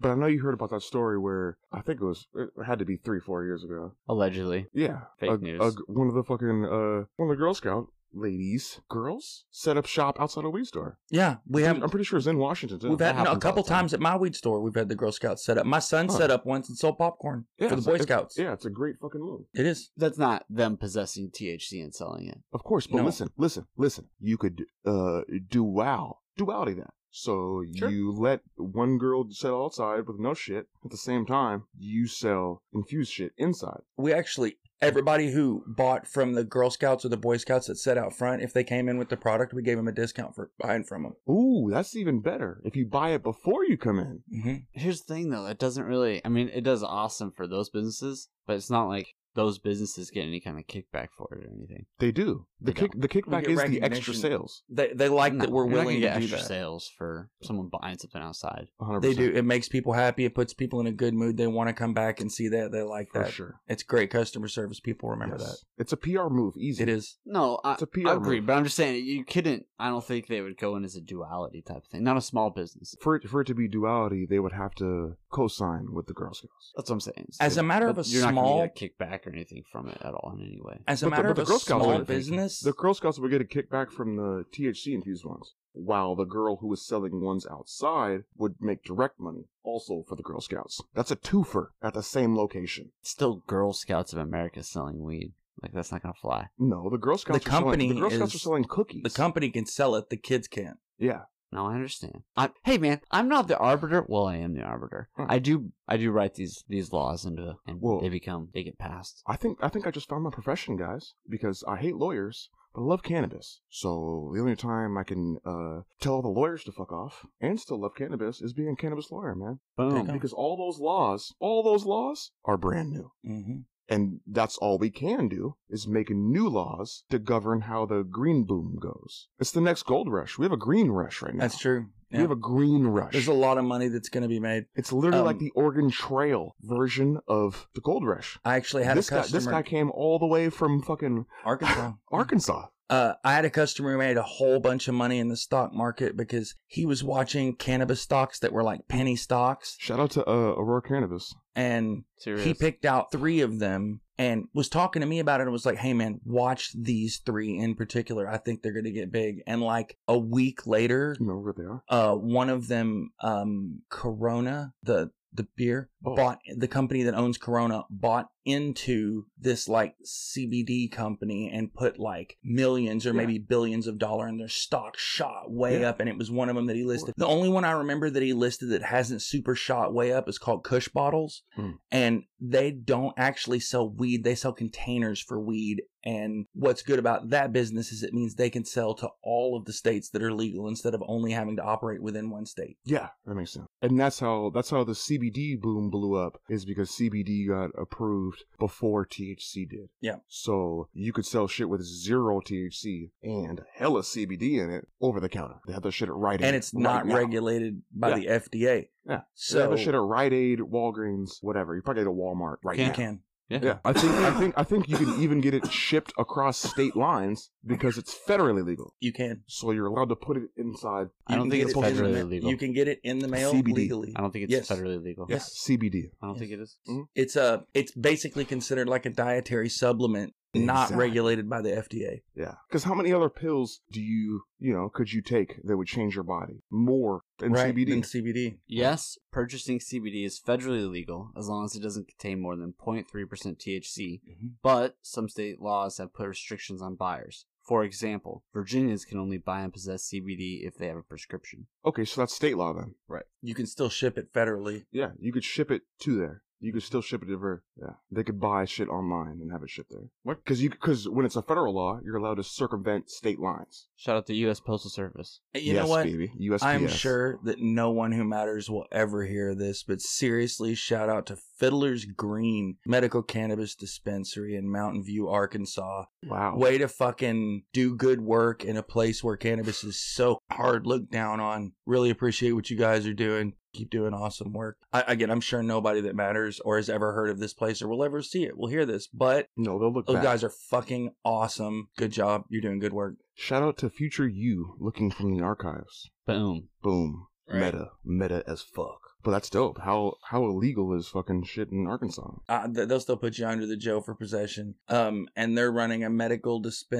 Speaker 3: But I know you heard about that story where I think it was it had to be three, four years ago.
Speaker 2: Allegedly,
Speaker 3: Yeah,
Speaker 2: Fake
Speaker 3: a-
Speaker 2: news.
Speaker 3: a- one of the fucking uh, one of the Girl Scout ladies, girls, set up shop outside a weed store.
Speaker 1: Yeah, we have.
Speaker 3: I'm pretty sure it's in Washington. Too.
Speaker 1: Um, We've had
Speaker 2: that
Speaker 1: no, a
Speaker 2: happens all
Speaker 1: couple
Speaker 2: the time.
Speaker 1: times at my weed store. We've had the Girl Scouts set up. My son
Speaker 3: Huh.
Speaker 1: set up once and sold popcorn
Speaker 3: Yeah,
Speaker 1: for the
Speaker 3: it's-
Speaker 1: Boy
Speaker 3: it's-
Speaker 1: Scouts.
Speaker 3: Yeah, it's a great fucking move.
Speaker 1: It is.
Speaker 2: that's not them possessing THC and selling it.
Speaker 3: Of course, but
Speaker 1: No.
Speaker 3: listen, listen, listen. You could uh do wow, duality that. So
Speaker 1: Sure.
Speaker 3: you let one girl sell outside with no shit. At the same time, you sell infused shit inside.
Speaker 1: we actually everybody who bought from the Girl Scouts or the Boy Scouts that sat out front, if they came in with the product, we gave them a discount for buying from them.
Speaker 3: Ooh, that's even better. If you buy it before you come in,
Speaker 1: Mm-hmm.
Speaker 2: Here's the thing, though. It doesn't really. I mean, it does awesome for those businesses, but it's not like those businesses get any kind of kickback for it or anything.
Speaker 3: they do. The
Speaker 2: They
Speaker 3: kick, the kickback
Speaker 1: get
Speaker 3: is the extra
Speaker 1: recognition.
Speaker 3: sales.
Speaker 1: They they like
Speaker 2: No,
Speaker 1: that we're
Speaker 2: you're not gonna
Speaker 1: willing
Speaker 2: get
Speaker 1: to do
Speaker 2: extra
Speaker 1: that.
Speaker 2: sales for someone buying something outside.
Speaker 3: 100%.
Speaker 1: They do. It makes people happy. It puts people in a good mood. They want to come back and see that. They like
Speaker 3: for
Speaker 1: that.
Speaker 3: sure.
Speaker 1: It's great customer service. People remember
Speaker 3: Yes. It's a PR move. Easy.
Speaker 1: that. It is.
Speaker 2: No, I,
Speaker 3: It's a PR
Speaker 2: I agree,
Speaker 3: move.
Speaker 2: but I'm just saying you couldn't. I don't think they would go in as a duality type of thing. Not a small business.
Speaker 3: for it for it to be duality, they would have to co-sign with the Girl Scouts.
Speaker 2: That's what I'm saying. It's
Speaker 1: As
Speaker 2: good.
Speaker 1: a matter of
Speaker 2: But
Speaker 1: a
Speaker 2: you're
Speaker 1: small-
Speaker 2: not gonna get a kickback or anything from it at all in any way.
Speaker 1: As a
Speaker 3: But the-
Speaker 1: matter
Speaker 3: but
Speaker 1: of
Speaker 3: the
Speaker 1: a
Speaker 3: Girl Scouts
Speaker 1: small
Speaker 3: are-
Speaker 1: business,
Speaker 3: The Girl Scouts would get a kickback from the THC infused ones, while the girl who was selling ones outside would make direct money also for the Girl Scouts. That's a twofer at the same location.
Speaker 2: It's still Girl Scouts of America selling weed. Like that's not gonna fly.
Speaker 3: No, the Girl Scouts are selling,
Speaker 1: company
Speaker 3: the Girl Scouts are
Speaker 1: is-
Speaker 3: selling cookies.
Speaker 1: the company can sell it, the kids can't.
Speaker 3: yeah,
Speaker 2: No, I understand. I, hey, man, I'm not the arbiter. Well, I am the arbiter.
Speaker 3: Hmm.
Speaker 2: I do, I do write these these laws into, and
Speaker 3: Whoa.
Speaker 2: they become, they get passed.
Speaker 3: I think I think I just found my profession, guys, because I hate lawyers. But I love cannabis, so the only time I can uh, tell all the lawyers to fuck off and still love cannabis is being a cannabis lawyer, man.
Speaker 1: you
Speaker 2: Boom.
Speaker 1: go.
Speaker 3: Because all those laws, all those laws are brand new.
Speaker 1: Mm-hmm.
Speaker 3: And that's all we can do is make new laws to govern how the green boom goes. It's the next gold rush. We have a green rush right now.
Speaker 1: That's true.
Speaker 3: We
Speaker 1: Yeah.
Speaker 3: have a green rush.
Speaker 1: There's a lot of money that's going to be made.
Speaker 3: it's literally like
Speaker 1: um,
Speaker 3: the Oregon Trail version of the gold rush.
Speaker 1: I actually had
Speaker 3: This
Speaker 1: a
Speaker 3: guy,
Speaker 1: customer, Hmm.
Speaker 3: this guy came all the way from fucking [LAUGHS]
Speaker 1: Arkansas.
Speaker 3: Arkansas.
Speaker 1: uh, I had a customer who made a whole bunch of money in the stock market because he was watching cannabis stocks that were like penny stocks,
Speaker 3: Shout out to uh, Aurora Cannabis.
Speaker 1: and
Speaker 2: Serious.
Speaker 1: he picked out three of them and was talking to me about it and was like, hey man, watch these three in particular. I think they're going to get big. And like a week later,
Speaker 3: You know where they are?
Speaker 1: uh, one of them, um, Corona, the the beer
Speaker 3: Oh.
Speaker 1: bought the company that owns Corona bought into this like CBD company and put like millions or
Speaker 3: Yeah.
Speaker 1: maybe billions of dollar and their stock shot way
Speaker 3: Yeah.
Speaker 1: up and it was one of them that he listed.
Speaker 3: course.
Speaker 1: The only one I remember that he listed that hasn't super shot way up is called Kush Bottles
Speaker 3: Hmm.
Speaker 1: and they don't actually sell weed, they sell containers for weed and what's good about that business is it means they can sell to all of the states that are legal instead of only having to operate within one state.
Speaker 3: Yeah, that makes sense. And that's how that's how the CBD boom blew up is because CBD got approved before THC did.
Speaker 1: Yeah.
Speaker 3: So you could sell shit with zero THC and hella CBD in it over the counter. They have that shit at Rite Aid,
Speaker 1: and it's
Speaker 3: right
Speaker 1: not
Speaker 3: now.
Speaker 1: regulated by the FDA.
Speaker 3: Yeah. they
Speaker 1: So
Speaker 3: have that shit at Rite Aid, Walgreens, whatever. You probably go to Walmart right
Speaker 1: you
Speaker 3: now.
Speaker 1: can.
Speaker 3: Yeah, I think I think I think you can even get it shipped across state lines because it's federally legal.
Speaker 1: You can.
Speaker 3: So you're allowed to put it inside.
Speaker 2: I don't
Speaker 1: You
Speaker 2: think
Speaker 1: can
Speaker 2: it's
Speaker 1: get it in the
Speaker 2: federally
Speaker 1: mail-
Speaker 2: legal.
Speaker 1: You can get it in the mail
Speaker 3: CBD.
Speaker 1: legally.
Speaker 2: I don't think it's
Speaker 1: Yes.
Speaker 2: federally legal.
Speaker 1: Yes.
Speaker 3: CBD.
Speaker 2: I don't think it is.
Speaker 3: Mhm.
Speaker 1: It's a it's basically considered like a dietary supplement not
Speaker 3: Exactly.
Speaker 1: regulated by the FDA.
Speaker 3: Yeah. Because how many other pills do you, you know, could you take that would change your body more than
Speaker 1: right?
Speaker 3: CBD?
Speaker 1: And CBD.
Speaker 2: Yes, purchasing CBD is federally legal as long as it doesn't contain more than 0.3% THC,
Speaker 1: Mhm.
Speaker 2: but some state laws have put restrictions on buyers. For example, Virginians can only buy and possess CBD if they have a prescription.
Speaker 3: okay, so that's state law then. Right.
Speaker 1: You can still ship it federally.
Speaker 3: Yeah, you could ship it to there. You could still ship it to ver. Yeah, they could buy shit online and have it shipped there. What? Because you because when it's a federal law, you're allowed to circumvent state lines.
Speaker 2: Shout out to U.S. Postal Service.
Speaker 1: And You
Speaker 3: yes,
Speaker 1: know what?
Speaker 3: baby. USPS.
Speaker 1: I'm sure that no one who matters will ever hear this, but seriously, shout out to Fiddler's Green Medical Cannabis Dispensary in Mountain View, Arkansas.
Speaker 3: Wow.
Speaker 1: way to fucking do good work in a place where cannabis is so hard looked down on. Really appreciate what you guys are doing. Keep doing awesome work. I, again, I'm sure nobody that matters or has ever heard of this place or will ever see it will hear this, but
Speaker 3: No, they'll look
Speaker 1: those
Speaker 3: back.
Speaker 1: guys are fucking awesome. Good job. You're doing good work.
Speaker 3: Shout out to future you looking from the archives.
Speaker 2: Boom.
Speaker 3: Boom.
Speaker 1: Right.
Speaker 3: Meta. Meta as fuck. But that's dope. How how illegal is fucking shit in Arkansas?
Speaker 1: Uh, th- they'll still put you under the jail for possession. Um, and they're running a medical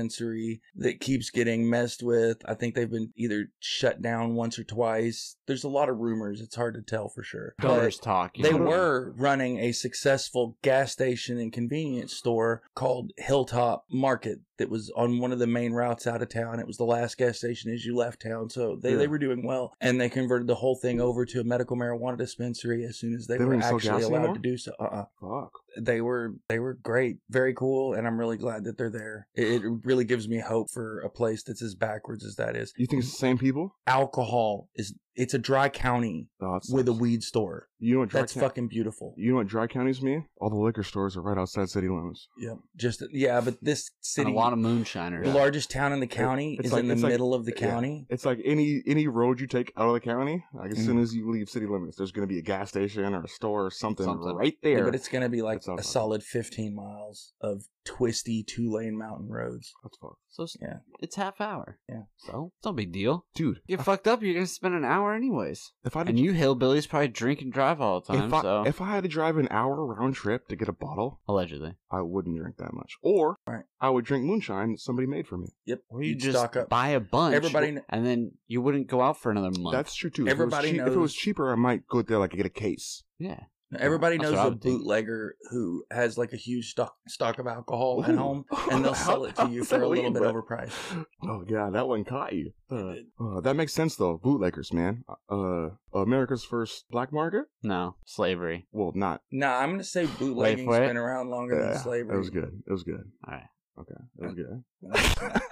Speaker 1: dispensary that keeps getting messed with. I think they've been either shut down once or twice. There's a lot of rumors. It's hard to tell for sure. But-
Speaker 2: Donors talk. you
Speaker 1: They
Speaker 2: know what I mean?
Speaker 1: were running a successful gas station and convenience store called Hilltop Market that was on one of the main routes out of town. It was the last gas station as you left town. So they,
Speaker 3: Yeah.
Speaker 1: they were doing well. And they converted the whole thing over to a medical marijuana dispensary as soon as they,
Speaker 3: They
Speaker 1: were
Speaker 3: don't sell
Speaker 1: actually
Speaker 3: gas
Speaker 1: allowed
Speaker 3: anymore?
Speaker 1: to do so. Uh-uh.
Speaker 3: Fuck.
Speaker 1: They were they were great, very cool, and I'm really glad that they're there. It, it really gives me hope for a place that's as backwards as that is.
Speaker 3: You think it's the same people?
Speaker 1: Alcohol is it's a dry county
Speaker 3: Oh, that's
Speaker 1: with a weed store.
Speaker 3: You know what dry
Speaker 1: That's
Speaker 3: coun-
Speaker 1: fucking beautiful.
Speaker 3: You know what dry counties mean? All the liquor stores are right outside city limits.
Speaker 1: Yeah, just yeah, but this
Speaker 2: And
Speaker 1: city,
Speaker 2: a lot of moonshiners.
Speaker 1: the largest town in the county,
Speaker 3: it's
Speaker 1: is
Speaker 3: like-
Speaker 1: in the
Speaker 3: it's like-
Speaker 1: middle of the
Speaker 3: yeah.
Speaker 1: county.
Speaker 3: It's like any any road you take out of the county, like as
Speaker 1: Mhm.
Speaker 3: soon as you leave city limits, there's going to be a gas station or a store or something,
Speaker 2: Something.
Speaker 3: right
Speaker 1: Yeah,
Speaker 3: there.
Speaker 1: but it's gonna be like
Speaker 3: That's all
Speaker 1: a
Speaker 3: about it.
Speaker 1: solid fifteen miles of twisty two lane mountain roads.
Speaker 3: That's fucked.
Speaker 2: So it's,
Speaker 1: Yeah.
Speaker 2: it's half hour.
Speaker 1: Yeah.
Speaker 2: So it's no big deal.
Speaker 3: Dude,
Speaker 2: Get fucked up, you're going to spend an hour anyways.
Speaker 3: If I had
Speaker 2: And
Speaker 3: to,
Speaker 2: you hillbillies probably drink and drive all the time,
Speaker 3: if I,
Speaker 2: so
Speaker 3: if I had to drive an hour round trip to get a bottle,
Speaker 2: allegedly.
Speaker 3: I wouldn't drink that much. Or
Speaker 1: Right.
Speaker 3: I would drink moonshine that somebody made for me.
Speaker 1: Yep.
Speaker 2: Or you
Speaker 1: You'd
Speaker 2: just
Speaker 1: stock up.
Speaker 2: buy a bunch,
Speaker 1: Everybody kn-
Speaker 2: and then you wouldn't go out for another month.
Speaker 3: That's true too.
Speaker 1: Everybody
Speaker 3: if it, was if it
Speaker 1: knows-
Speaker 3: was cheaper, I might go there like get a case.
Speaker 2: yeah.
Speaker 1: Now, Everybody
Speaker 2: That's
Speaker 1: knows
Speaker 2: what I
Speaker 1: a
Speaker 2: would think.
Speaker 1: bootlegger who has like a huge stock stock of alcohol at
Speaker 3: Ooh.
Speaker 1: home, and they'll sell
Speaker 2: [LAUGHS]
Speaker 1: it to you for a little bit overpriced.
Speaker 3: [LAUGHS] Oh yeah, that one caught you. Uh, uh, that makes sense though. Bootleggers, man. Uh, America's first black market.
Speaker 2: No slavery.
Speaker 3: Well, not.
Speaker 1: Nah, I'm gonna say bootlegging's
Speaker 2: for it.
Speaker 1: been around longer
Speaker 3: Yeah,
Speaker 1: than slavery.
Speaker 3: It was good. It was good.
Speaker 2: All right.
Speaker 3: Okay, it was good.
Speaker 1: good. [LAUGHS]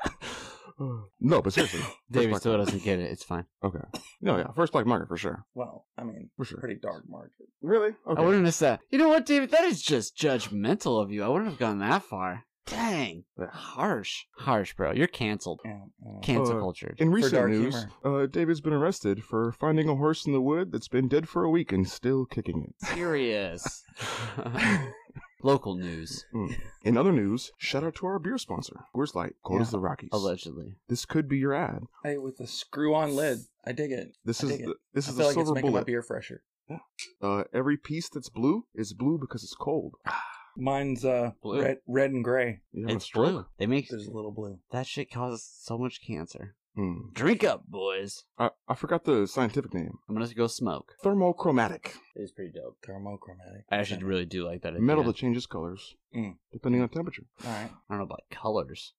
Speaker 3: [LAUGHS] no, but seriously, first
Speaker 2: David
Speaker 3: black
Speaker 2: still
Speaker 3: market.
Speaker 2: doesn't get it. It's fine.
Speaker 3: No, yeah, first black market for sure,
Speaker 1: well, I mean,
Speaker 3: for sure.
Speaker 1: pretty dark market.
Speaker 3: Really? Okay.
Speaker 2: I wouldn't have said. You know what, David? That is just judgmental of you. I wouldn't have gone that far. Dang.
Speaker 3: Yeah.
Speaker 2: Harsh. Harsh, bro. You're canceled.
Speaker 1: Yeah, I don't know.
Speaker 2: Cancel
Speaker 3: Uh,
Speaker 2: culture.
Speaker 3: In recent
Speaker 1: dark
Speaker 3: news, uh, David's been arrested for finding a horse in the wood that's been dead for a week and still kicking it.
Speaker 1: [LAUGHS]
Speaker 2: Serious. [LAUGHS] Local news.
Speaker 3: In other news, shout out to our beer sponsor, Coors Light, cold as
Speaker 2: Yeah.
Speaker 3: the Rockies.
Speaker 2: Allegedly.
Speaker 3: This could be your ad.
Speaker 1: Hey, with the screw-on lid, I dig it.
Speaker 3: This
Speaker 1: I
Speaker 3: is
Speaker 1: dig it.
Speaker 3: the, this
Speaker 1: I feel
Speaker 3: is the
Speaker 1: like it's
Speaker 3: silver
Speaker 1: making my
Speaker 3: bullet.
Speaker 1: beer fresher.
Speaker 3: Uh, every piece that's blue is blue because it's cold.
Speaker 1: Mine's uh
Speaker 2: Blue.
Speaker 1: red, red and gray.
Speaker 3: You have a
Speaker 2: It's
Speaker 3: stroke?
Speaker 2: blue. They make
Speaker 1: There's a little blue.
Speaker 2: that shit causes so much cancer.
Speaker 3: Hmm.
Speaker 2: Drink up, boys.
Speaker 3: I, I forgot the scientific name.
Speaker 2: I'm gonna go smoke.
Speaker 3: Thermochromatic.
Speaker 2: It's pretty dope.
Speaker 1: Thermochromatic.
Speaker 2: I actually really do like that. at the
Speaker 3: Metal
Speaker 2: end.
Speaker 3: that changes colors
Speaker 1: Mm.
Speaker 3: depending on temperature.
Speaker 1: All right.
Speaker 2: I don't know about colors.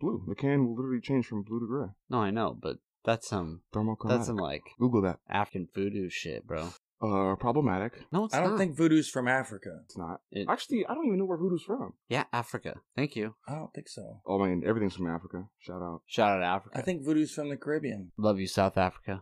Speaker 3: Blue. The can will literally change from blue to gray.
Speaker 2: No, I know, but that's some
Speaker 3: Thermochromatic.
Speaker 2: that's some like
Speaker 3: Google that.
Speaker 2: African voodoo shit, bro.
Speaker 3: Uh, problematic.
Speaker 2: No, it's
Speaker 1: I don't
Speaker 2: not.
Speaker 1: think voodoo's from Africa.
Speaker 3: It's not.
Speaker 2: It-
Speaker 3: Actually, I don't even know where voodoo's from.
Speaker 2: yeah, Africa. Thank you.
Speaker 1: I don't think so.
Speaker 3: Oh man, everything's from Africa. Shout out.
Speaker 2: Shout out to Africa.
Speaker 1: I think voodoo's from the Caribbean.
Speaker 2: Love you, South Africa.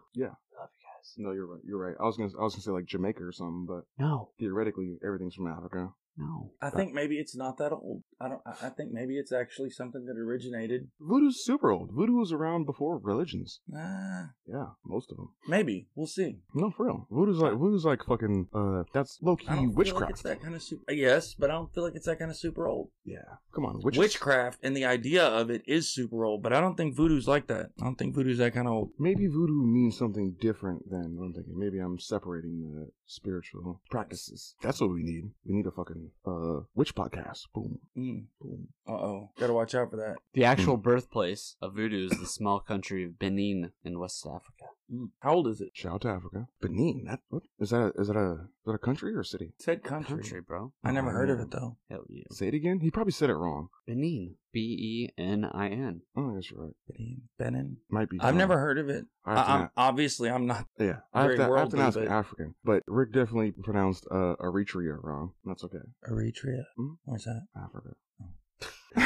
Speaker 3: No, you're right. You're right. I was gonna I was gonna say like Jamaica or something, but
Speaker 2: No,
Speaker 3: theoretically everything's from Africa.
Speaker 2: no.
Speaker 1: I think maybe it's not that old. I don't. I I think maybe it's actually something that originated.
Speaker 3: Voodoo's super old. Voodoo was around before religions.
Speaker 1: Uh,
Speaker 3: Yeah, most of them.
Speaker 1: maybe we'll see.
Speaker 3: No, for real. Voodoo's like voodoo's like fucking uh that's low key
Speaker 1: I don't Feel like
Speaker 3: witchcraft.
Speaker 1: it's that kind of super. Yes, but I don't feel like it's that kind of super old.
Speaker 3: Yeah. Come on, witches.
Speaker 1: Witchcraft and the idea of it is super old, but I don't think voodoo's like that. I don't think voodoo's that kind of old.
Speaker 3: Maybe voodoo means something different than what I'm thinking. Maybe I'm separating the spiritual practices. That's what we need. We need a fucking uh witch podcast. Boom,
Speaker 1: Mm.
Speaker 3: boom.
Speaker 1: Uh oh, gotta watch out for that.
Speaker 2: The actual birthplace of voodoo is the small country of Benin in West Africa.
Speaker 1: Mm. How old is it?
Speaker 3: Shout out to Africa. Benin. That what is that? A, is that a is that a country or a city?
Speaker 1: It said country.
Speaker 2: Country, bro.
Speaker 1: I never heard of
Speaker 3: Um,
Speaker 1: it though.
Speaker 2: Hell yeah.
Speaker 3: Say it again. He probably said it wrong.
Speaker 2: Benin. B e n i n.
Speaker 3: Oh, I guess you're right.
Speaker 1: Benin. Benin.
Speaker 3: Might be.
Speaker 1: I've
Speaker 3: wrong.
Speaker 1: never heard of it.
Speaker 3: I
Speaker 1: I,
Speaker 3: have to
Speaker 1: I'm,
Speaker 3: na-
Speaker 1: obviously, I'm not. [LAUGHS]
Speaker 3: yeah, I have
Speaker 1: very
Speaker 3: to, I have to
Speaker 1: worldly,
Speaker 3: ask an
Speaker 1: but-
Speaker 3: African, but Rick definitely pronounced uh, Eritrea wrong. That's okay.
Speaker 1: Eritrea.
Speaker 3: Hmm?
Speaker 1: Where's that?
Speaker 3: Africa.
Speaker 1: [LAUGHS]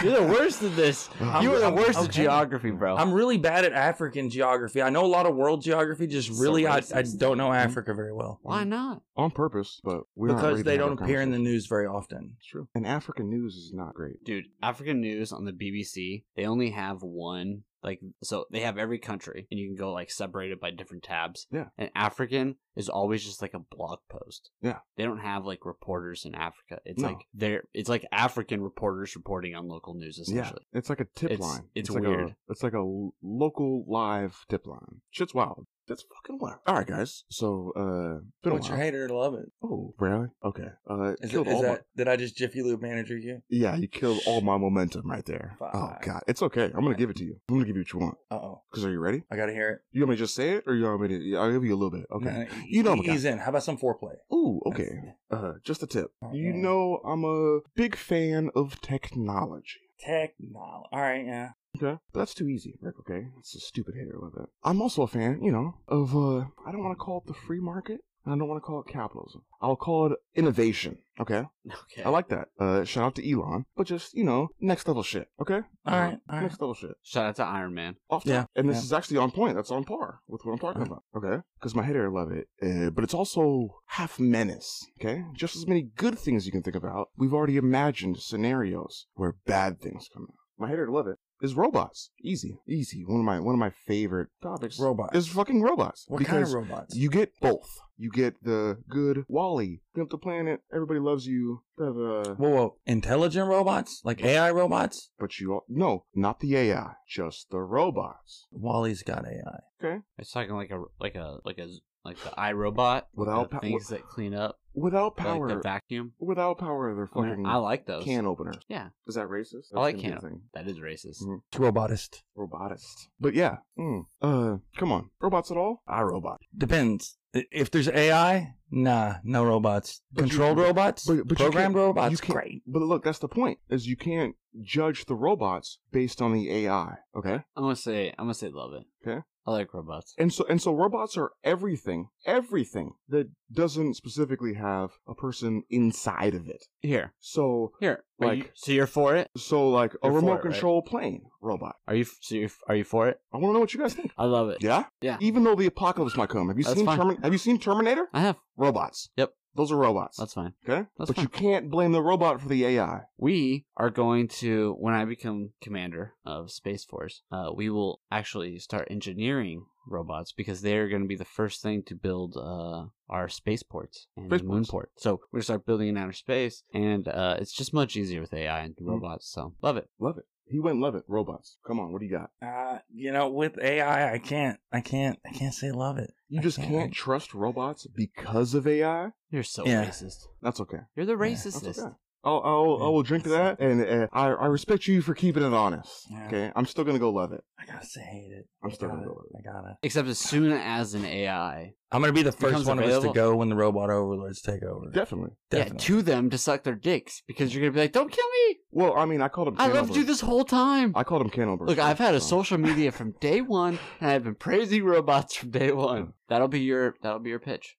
Speaker 2: You're the worst at [LAUGHS] this.
Speaker 3: I'm-
Speaker 2: you are the
Speaker 1: I'm-
Speaker 2: worst
Speaker 1: okay.
Speaker 2: at geography,
Speaker 3: Oh.
Speaker 2: bro.
Speaker 1: I'm really bad at African geography. I know a lot of world geography, just
Speaker 2: So
Speaker 1: really, I, I
Speaker 2: racist.
Speaker 1: don't know Africa very well.
Speaker 2: Why not?
Speaker 3: on purpose, but Hmm? we're not
Speaker 1: because
Speaker 3: ready to
Speaker 1: they
Speaker 3: have
Speaker 1: don't
Speaker 3: that
Speaker 1: appear in the
Speaker 3: conversation.
Speaker 1: news very often.
Speaker 3: It's true. And African news is not great.
Speaker 2: Dude, African news on the BBC, they only have one. Like, so they have every country, and you can go, like, separate it by different tabs.
Speaker 3: Yeah.
Speaker 2: And African is always just like a blog post.
Speaker 3: Yeah.
Speaker 2: They don't have, like, reporters in Africa. It's
Speaker 3: No.
Speaker 2: like they're, it's like African reporters reporting on local news,
Speaker 3: Yeah,
Speaker 2: essentially. [LAUGHS]
Speaker 3: it's like a tip
Speaker 2: It's-
Speaker 3: line.
Speaker 2: it's
Speaker 3: like
Speaker 2: weird.
Speaker 3: A, it's like a l- local live tip line. Shit's wild. That's fucking wild. All right, guys. So, uh, been
Speaker 1: But
Speaker 3: a
Speaker 1: you
Speaker 3: while.
Speaker 1: hate it or love it.
Speaker 3: Oh, really? Okay. Uh,
Speaker 1: Is, it,
Speaker 3: killed
Speaker 1: is
Speaker 3: all my-
Speaker 1: that did I just Jiffy Lube manager you?
Speaker 3: Yeah, you killed all my momentum right there. Oh
Speaker 1: Fuck.
Speaker 3: god, it's okay. I'm gonna give it to you. I'm gonna give you what you want.
Speaker 1: Uh oh,
Speaker 3: Cause are you ready?
Speaker 1: I gotta hear
Speaker 3: You want me to just say it, or you want me to? I'll give you a little bit.
Speaker 1: it.
Speaker 3: Okay.
Speaker 1: Nah,
Speaker 3: You know I'm a guy.
Speaker 1: he's in. How about some foreplay?
Speaker 3: Ooh, okay. Uh, just a tip. You
Speaker 1: Okay.
Speaker 3: know, I'm a big fan of technology.
Speaker 1: Technology. All right, yeah.
Speaker 3: Okay. But that's too easy, Rick, okay? That's a stupid hater with it. I'm also a fan, you know, of, uh, I don't want to call it the free market. and I don't want to call it capitalism. I'll call it innovation. Okay,
Speaker 2: Okay.
Speaker 3: I like that. Uh, shout out to Elon, but just you know, next level shit. Okay,
Speaker 1: All right, all right.
Speaker 3: next level shit.
Speaker 2: Shout out to Iron Man.
Speaker 3: off top.
Speaker 1: Yeah,
Speaker 3: and this
Speaker 1: yeah.
Speaker 3: is actually on point. That's on par with what I'm talking
Speaker 1: Right.
Speaker 3: about. Okay, because my hater love it, uh, but it's also half menace. Okay, just as many good things you can think about. We've already imagined scenarios where bad things come out. My hater love it is robots. Easy, easy. One of my one of my favorite topics
Speaker 1: Robots.
Speaker 3: is fucking robots.
Speaker 1: What kind of
Speaker 3: because
Speaker 1: robots?
Speaker 3: You get both. You get the good Wally, clean up the planet. Everybody loves you. da, da, da.
Speaker 1: whoa, whoa, intelligent robots like AI robots.
Speaker 3: But you all, no, not the AI, just the robots
Speaker 1: Wally's got AI.
Speaker 2: It's talking like a like a like a like the iRobot
Speaker 3: Without
Speaker 2: the
Speaker 3: pow-
Speaker 2: things that clean up
Speaker 3: without
Speaker 2: like
Speaker 3: power.
Speaker 2: the vacuum. Mm,
Speaker 3: without power, they're
Speaker 2: I, mean,
Speaker 3: fucking
Speaker 2: I like those.
Speaker 3: can opener.
Speaker 2: Yeah.
Speaker 3: is that racist?
Speaker 2: I like
Speaker 3: That's gonna be
Speaker 2: can
Speaker 3: a thing.
Speaker 2: That is racist.
Speaker 3: Mm.
Speaker 1: It's robotist.
Speaker 3: Robotist. But yeah, mm, uh, come on, robots at all? I robot.
Speaker 1: Depends. I- If there's AI, nah, no robots.
Speaker 3: But you-
Speaker 1: Controlled robots,
Speaker 3: but- but you
Speaker 1: programmed
Speaker 3: can't-
Speaker 1: robots.
Speaker 3: you can't-
Speaker 1: great.
Speaker 3: But look, that's the point: is you can't judge the robots based on the AI. Okay.
Speaker 2: I'm gonna say I'm gonna say love it.
Speaker 3: Okay.
Speaker 2: I like robots.
Speaker 3: And so and so robots are everything, everything that doesn't specifically have a person inside of it.
Speaker 2: Here,
Speaker 3: So
Speaker 2: here. Are you-
Speaker 3: Like-
Speaker 2: so you're for it?
Speaker 3: so like a
Speaker 2: You're for it,
Speaker 3: remote
Speaker 2: right?
Speaker 3: control plane robot.
Speaker 2: Are you f- so you're, f- are you for it?
Speaker 3: I want to know what you
Speaker 2: [LAUGHS]
Speaker 3: guys think.
Speaker 2: I love it.
Speaker 3: Yeah?
Speaker 2: Yeah.
Speaker 3: Even though the apocalypse might come. Have you
Speaker 2: That's
Speaker 3: seen
Speaker 2: fine.
Speaker 3: Termin- have you seen Terminator?
Speaker 2: I have.
Speaker 3: Robots.
Speaker 2: Yep.
Speaker 3: Those are robots.
Speaker 2: That's fine.
Speaker 3: okay?
Speaker 2: that's
Speaker 3: but
Speaker 2: fine.
Speaker 3: you can't blame the robot for the AI.
Speaker 2: We are going to when I become commander of Space Force, uh, we will actually start engineering robots because they are going to be the first thing to build uh, our spaceports and the
Speaker 3: Spaceports.
Speaker 2: moonport. So we're going to start building in outer space, and uh, it's just much easier with AI and
Speaker 1: Hmm.
Speaker 2: robots. So love it.
Speaker 3: Love it. He went love it. Robots. Come on, what do you got?
Speaker 1: Uh, you know, with AI, I can't, I can't, I can't say love it.
Speaker 3: You
Speaker 1: I
Speaker 3: just
Speaker 1: can't.
Speaker 3: can't, trust robots because of AI?
Speaker 2: You're so
Speaker 1: Yeah.
Speaker 2: racist.
Speaker 3: That's okay.
Speaker 2: You're the
Speaker 3: That's
Speaker 2: racist.
Speaker 3: okay. I'll, I'll, I will drink to that, and uh, I, I respect you for keeping it honest.
Speaker 1: Yeah.
Speaker 3: Okay, I'm still gonna go love it.
Speaker 1: I gotta say hate it.
Speaker 3: I'm
Speaker 1: I
Speaker 3: still
Speaker 1: gotta-
Speaker 3: gonna go with
Speaker 1: I gotta.
Speaker 2: Except as soon as an AI,
Speaker 1: I'm gonna be the first
Speaker 2: Becomes
Speaker 1: one of us
Speaker 2: available.
Speaker 1: to go when the robot overlords take over.
Speaker 3: Definitely.
Speaker 2: yeah,
Speaker 1: Definitely.
Speaker 2: to them to suck their dicks because you're going to be like, "Don't kill me!
Speaker 3: Well, I mean, I called him.
Speaker 2: I loved
Speaker 3: Cannibal.
Speaker 2: you this whole time."
Speaker 3: I called him Cannibal.
Speaker 2: Look, I've had a
Speaker 3: so-
Speaker 2: social media from day one, and I've been praising robots from day one. That'll be your that'll be your pitch.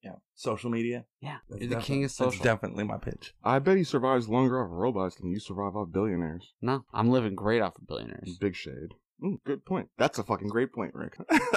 Speaker 1: yeah. Social media.
Speaker 2: Yeah,
Speaker 1: That's
Speaker 2: you're the king of
Speaker 1: defi- that's
Speaker 2: social.
Speaker 1: definitely my pitch.
Speaker 3: I bet he survives longer off robots than you survive off billionaires.
Speaker 2: no, I'm living great off of billionaires.
Speaker 3: Big shade. Mm, good point. That's a fucking great point, Rick. [LAUGHS]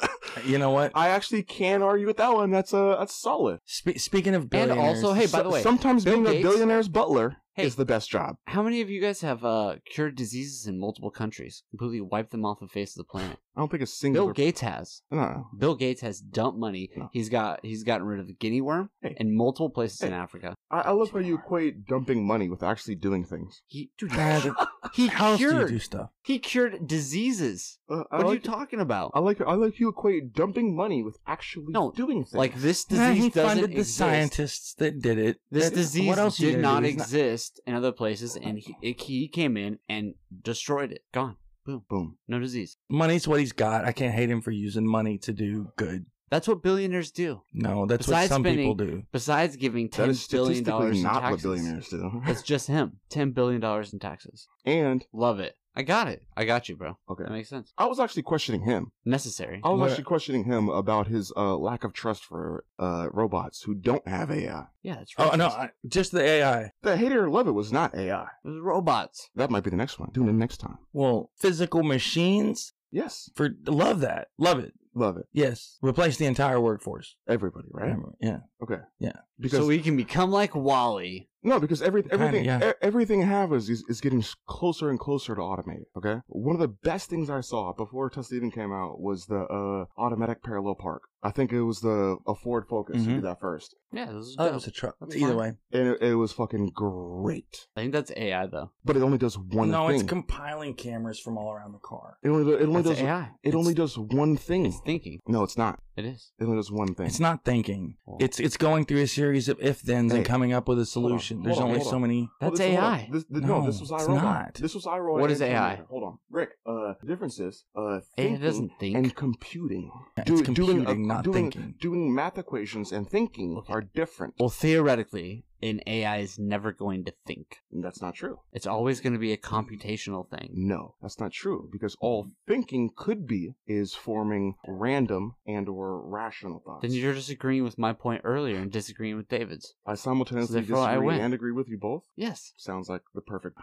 Speaker 1: You know what?
Speaker 3: I actually can argue with that one. That's a that's solid.
Speaker 1: Spe- speaking of
Speaker 2: And
Speaker 1: billionaires,
Speaker 2: also, hey, by
Speaker 3: So-
Speaker 2: the way,
Speaker 3: sometimes
Speaker 2: Bill
Speaker 3: being a
Speaker 2: Gates-
Speaker 3: billionaire's butler
Speaker 2: Hey.
Speaker 3: is the best job.
Speaker 2: how many of you guys have uh, cured diseases in multiple countries, completely wiped them off the face of the planet?
Speaker 3: I don't think a single.
Speaker 2: Bill Gates has.
Speaker 3: No,
Speaker 2: Bill Gates has dumped money.
Speaker 3: No.
Speaker 2: He's got he's gotten rid of the guinea worm
Speaker 3: Hey.
Speaker 2: in multiple places in
Speaker 3: Hey.
Speaker 2: Africa.
Speaker 3: I, I love how you equate dumping money with actually doing things.
Speaker 2: He dude,
Speaker 1: Dad,
Speaker 2: [LAUGHS] he
Speaker 1: how else do you
Speaker 2: cured
Speaker 1: do stuff?
Speaker 2: he cured diseases.
Speaker 3: Uh, I
Speaker 2: What are you
Speaker 3: like-
Speaker 2: talking about?
Speaker 3: I like I like you equate dumping money with actually
Speaker 2: No,
Speaker 3: doing things.
Speaker 2: Like this disease
Speaker 1: Nah, he
Speaker 2: doesn't
Speaker 1: funded the
Speaker 2: exist.
Speaker 1: scientists that did it.
Speaker 2: This
Speaker 1: That-
Speaker 2: disease
Speaker 1: what else you
Speaker 2: did
Speaker 1: gonna
Speaker 2: not
Speaker 1: do? He's
Speaker 2: exist in other places, and he, it, he came in and destroyed it. Gone.
Speaker 3: boom.
Speaker 2: No disease.
Speaker 1: Money's what he's got. I can't hate him for using money to do good.
Speaker 2: That's what billionaires do.
Speaker 1: No, that's
Speaker 2: Besides
Speaker 1: what some
Speaker 2: spending-
Speaker 1: people do.
Speaker 2: Besides giving
Speaker 3: That
Speaker 2: ten
Speaker 3: is
Speaker 2: billion dollars
Speaker 3: statistically
Speaker 2: in
Speaker 3: not what
Speaker 2: taxes, [LAUGHS]
Speaker 3: billionaires [LAUGHS] do.
Speaker 2: it's just him. Ten billion dollars in taxes.
Speaker 3: and
Speaker 2: Love it. I got it. I got you, bro.
Speaker 3: okay, Oh.
Speaker 2: That makes sense.
Speaker 3: I was actually questioning him.
Speaker 2: Necessary.
Speaker 3: I was
Speaker 1: What-
Speaker 3: actually questioning him about his uh, lack of trust for uh, robots who don't have AI.
Speaker 2: Yeah, that's right.
Speaker 1: Oh no, I, just the AI.
Speaker 3: The hater love it was not AI.
Speaker 2: robots.
Speaker 3: That might be the next one. Doing it next time.
Speaker 1: Well, physical machines
Speaker 3: Yes,
Speaker 1: for love that. Love it.
Speaker 3: love it.
Speaker 1: Yes, replace the entire workforce.
Speaker 3: Everybody, right?
Speaker 1: Yeah.
Speaker 3: Okay.
Speaker 1: Yeah.
Speaker 3: Because
Speaker 2: so we can become like Wally.
Speaker 3: No, because every,
Speaker 1: Kinda,
Speaker 3: everything
Speaker 1: yeah.
Speaker 3: e- everything I have is, is is getting s- closer and closer to automated. Okay, one of the best things I saw before Tesla even came out was the uh, automatic parallel park. I think it was the a Ford Focus who
Speaker 1: Mhm.
Speaker 3: did that first,
Speaker 2: Yeah, this is
Speaker 1: Oh, it
Speaker 2: dope.
Speaker 1: was a truck.
Speaker 2: That's
Speaker 1: Either
Speaker 2: fine.
Speaker 1: way,
Speaker 3: and it, it was fucking great.
Speaker 2: I think that's AI though.
Speaker 3: But it only does one
Speaker 1: no,
Speaker 3: thing.
Speaker 1: it's compiling cameras from all around the car.
Speaker 3: it only it only
Speaker 2: That's
Speaker 3: does it
Speaker 2: AI. It's-
Speaker 3: only does one thing.
Speaker 2: It's thinking.
Speaker 3: no, it's not.
Speaker 2: It is.
Speaker 3: It only does one thing.
Speaker 1: It's not thinking.
Speaker 3: Well-
Speaker 1: It's it's going through a series of if thens
Speaker 3: Hey,
Speaker 1: and coming up with a
Speaker 3: on,
Speaker 1: solution.
Speaker 3: hold
Speaker 1: There's
Speaker 3: on,
Speaker 1: only
Speaker 3: hold
Speaker 1: so
Speaker 3: on.
Speaker 1: many.
Speaker 2: That's
Speaker 3: Oh, this- hold on.
Speaker 2: AI.
Speaker 3: This, th- no,
Speaker 1: No,
Speaker 3: this was
Speaker 1: it's
Speaker 3: iRobot.
Speaker 1: not.
Speaker 3: This was iRobot.
Speaker 2: What is
Speaker 3: and
Speaker 2: AI?
Speaker 3: Terminator. Hold on, Rick. Uh, the difference is uh,
Speaker 2: AI
Speaker 3: thinking
Speaker 2: doesn't think.
Speaker 3: and computing.
Speaker 1: Yeah,
Speaker 3: Do-
Speaker 1: it's
Speaker 3: doing a-
Speaker 1: computing, not
Speaker 3: doing-
Speaker 1: thinking.
Speaker 3: Doing math equations and thinking
Speaker 2: Okay.
Speaker 3: are different.
Speaker 2: Well, theoretically, an AI is never going to think.
Speaker 3: That's not true.
Speaker 2: It's always going to be a computational thing.
Speaker 3: No, that's not true because all thinking could be is forming random and or rational thoughts.
Speaker 2: Then you're just agreeing with my point earlier and disagreeing with David's.
Speaker 3: I simultaneously
Speaker 2: So therefore I
Speaker 3: disagree
Speaker 2: win.
Speaker 3: and agree with you both.
Speaker 2: Yes.
Speaker 3: Sounds like the perfect.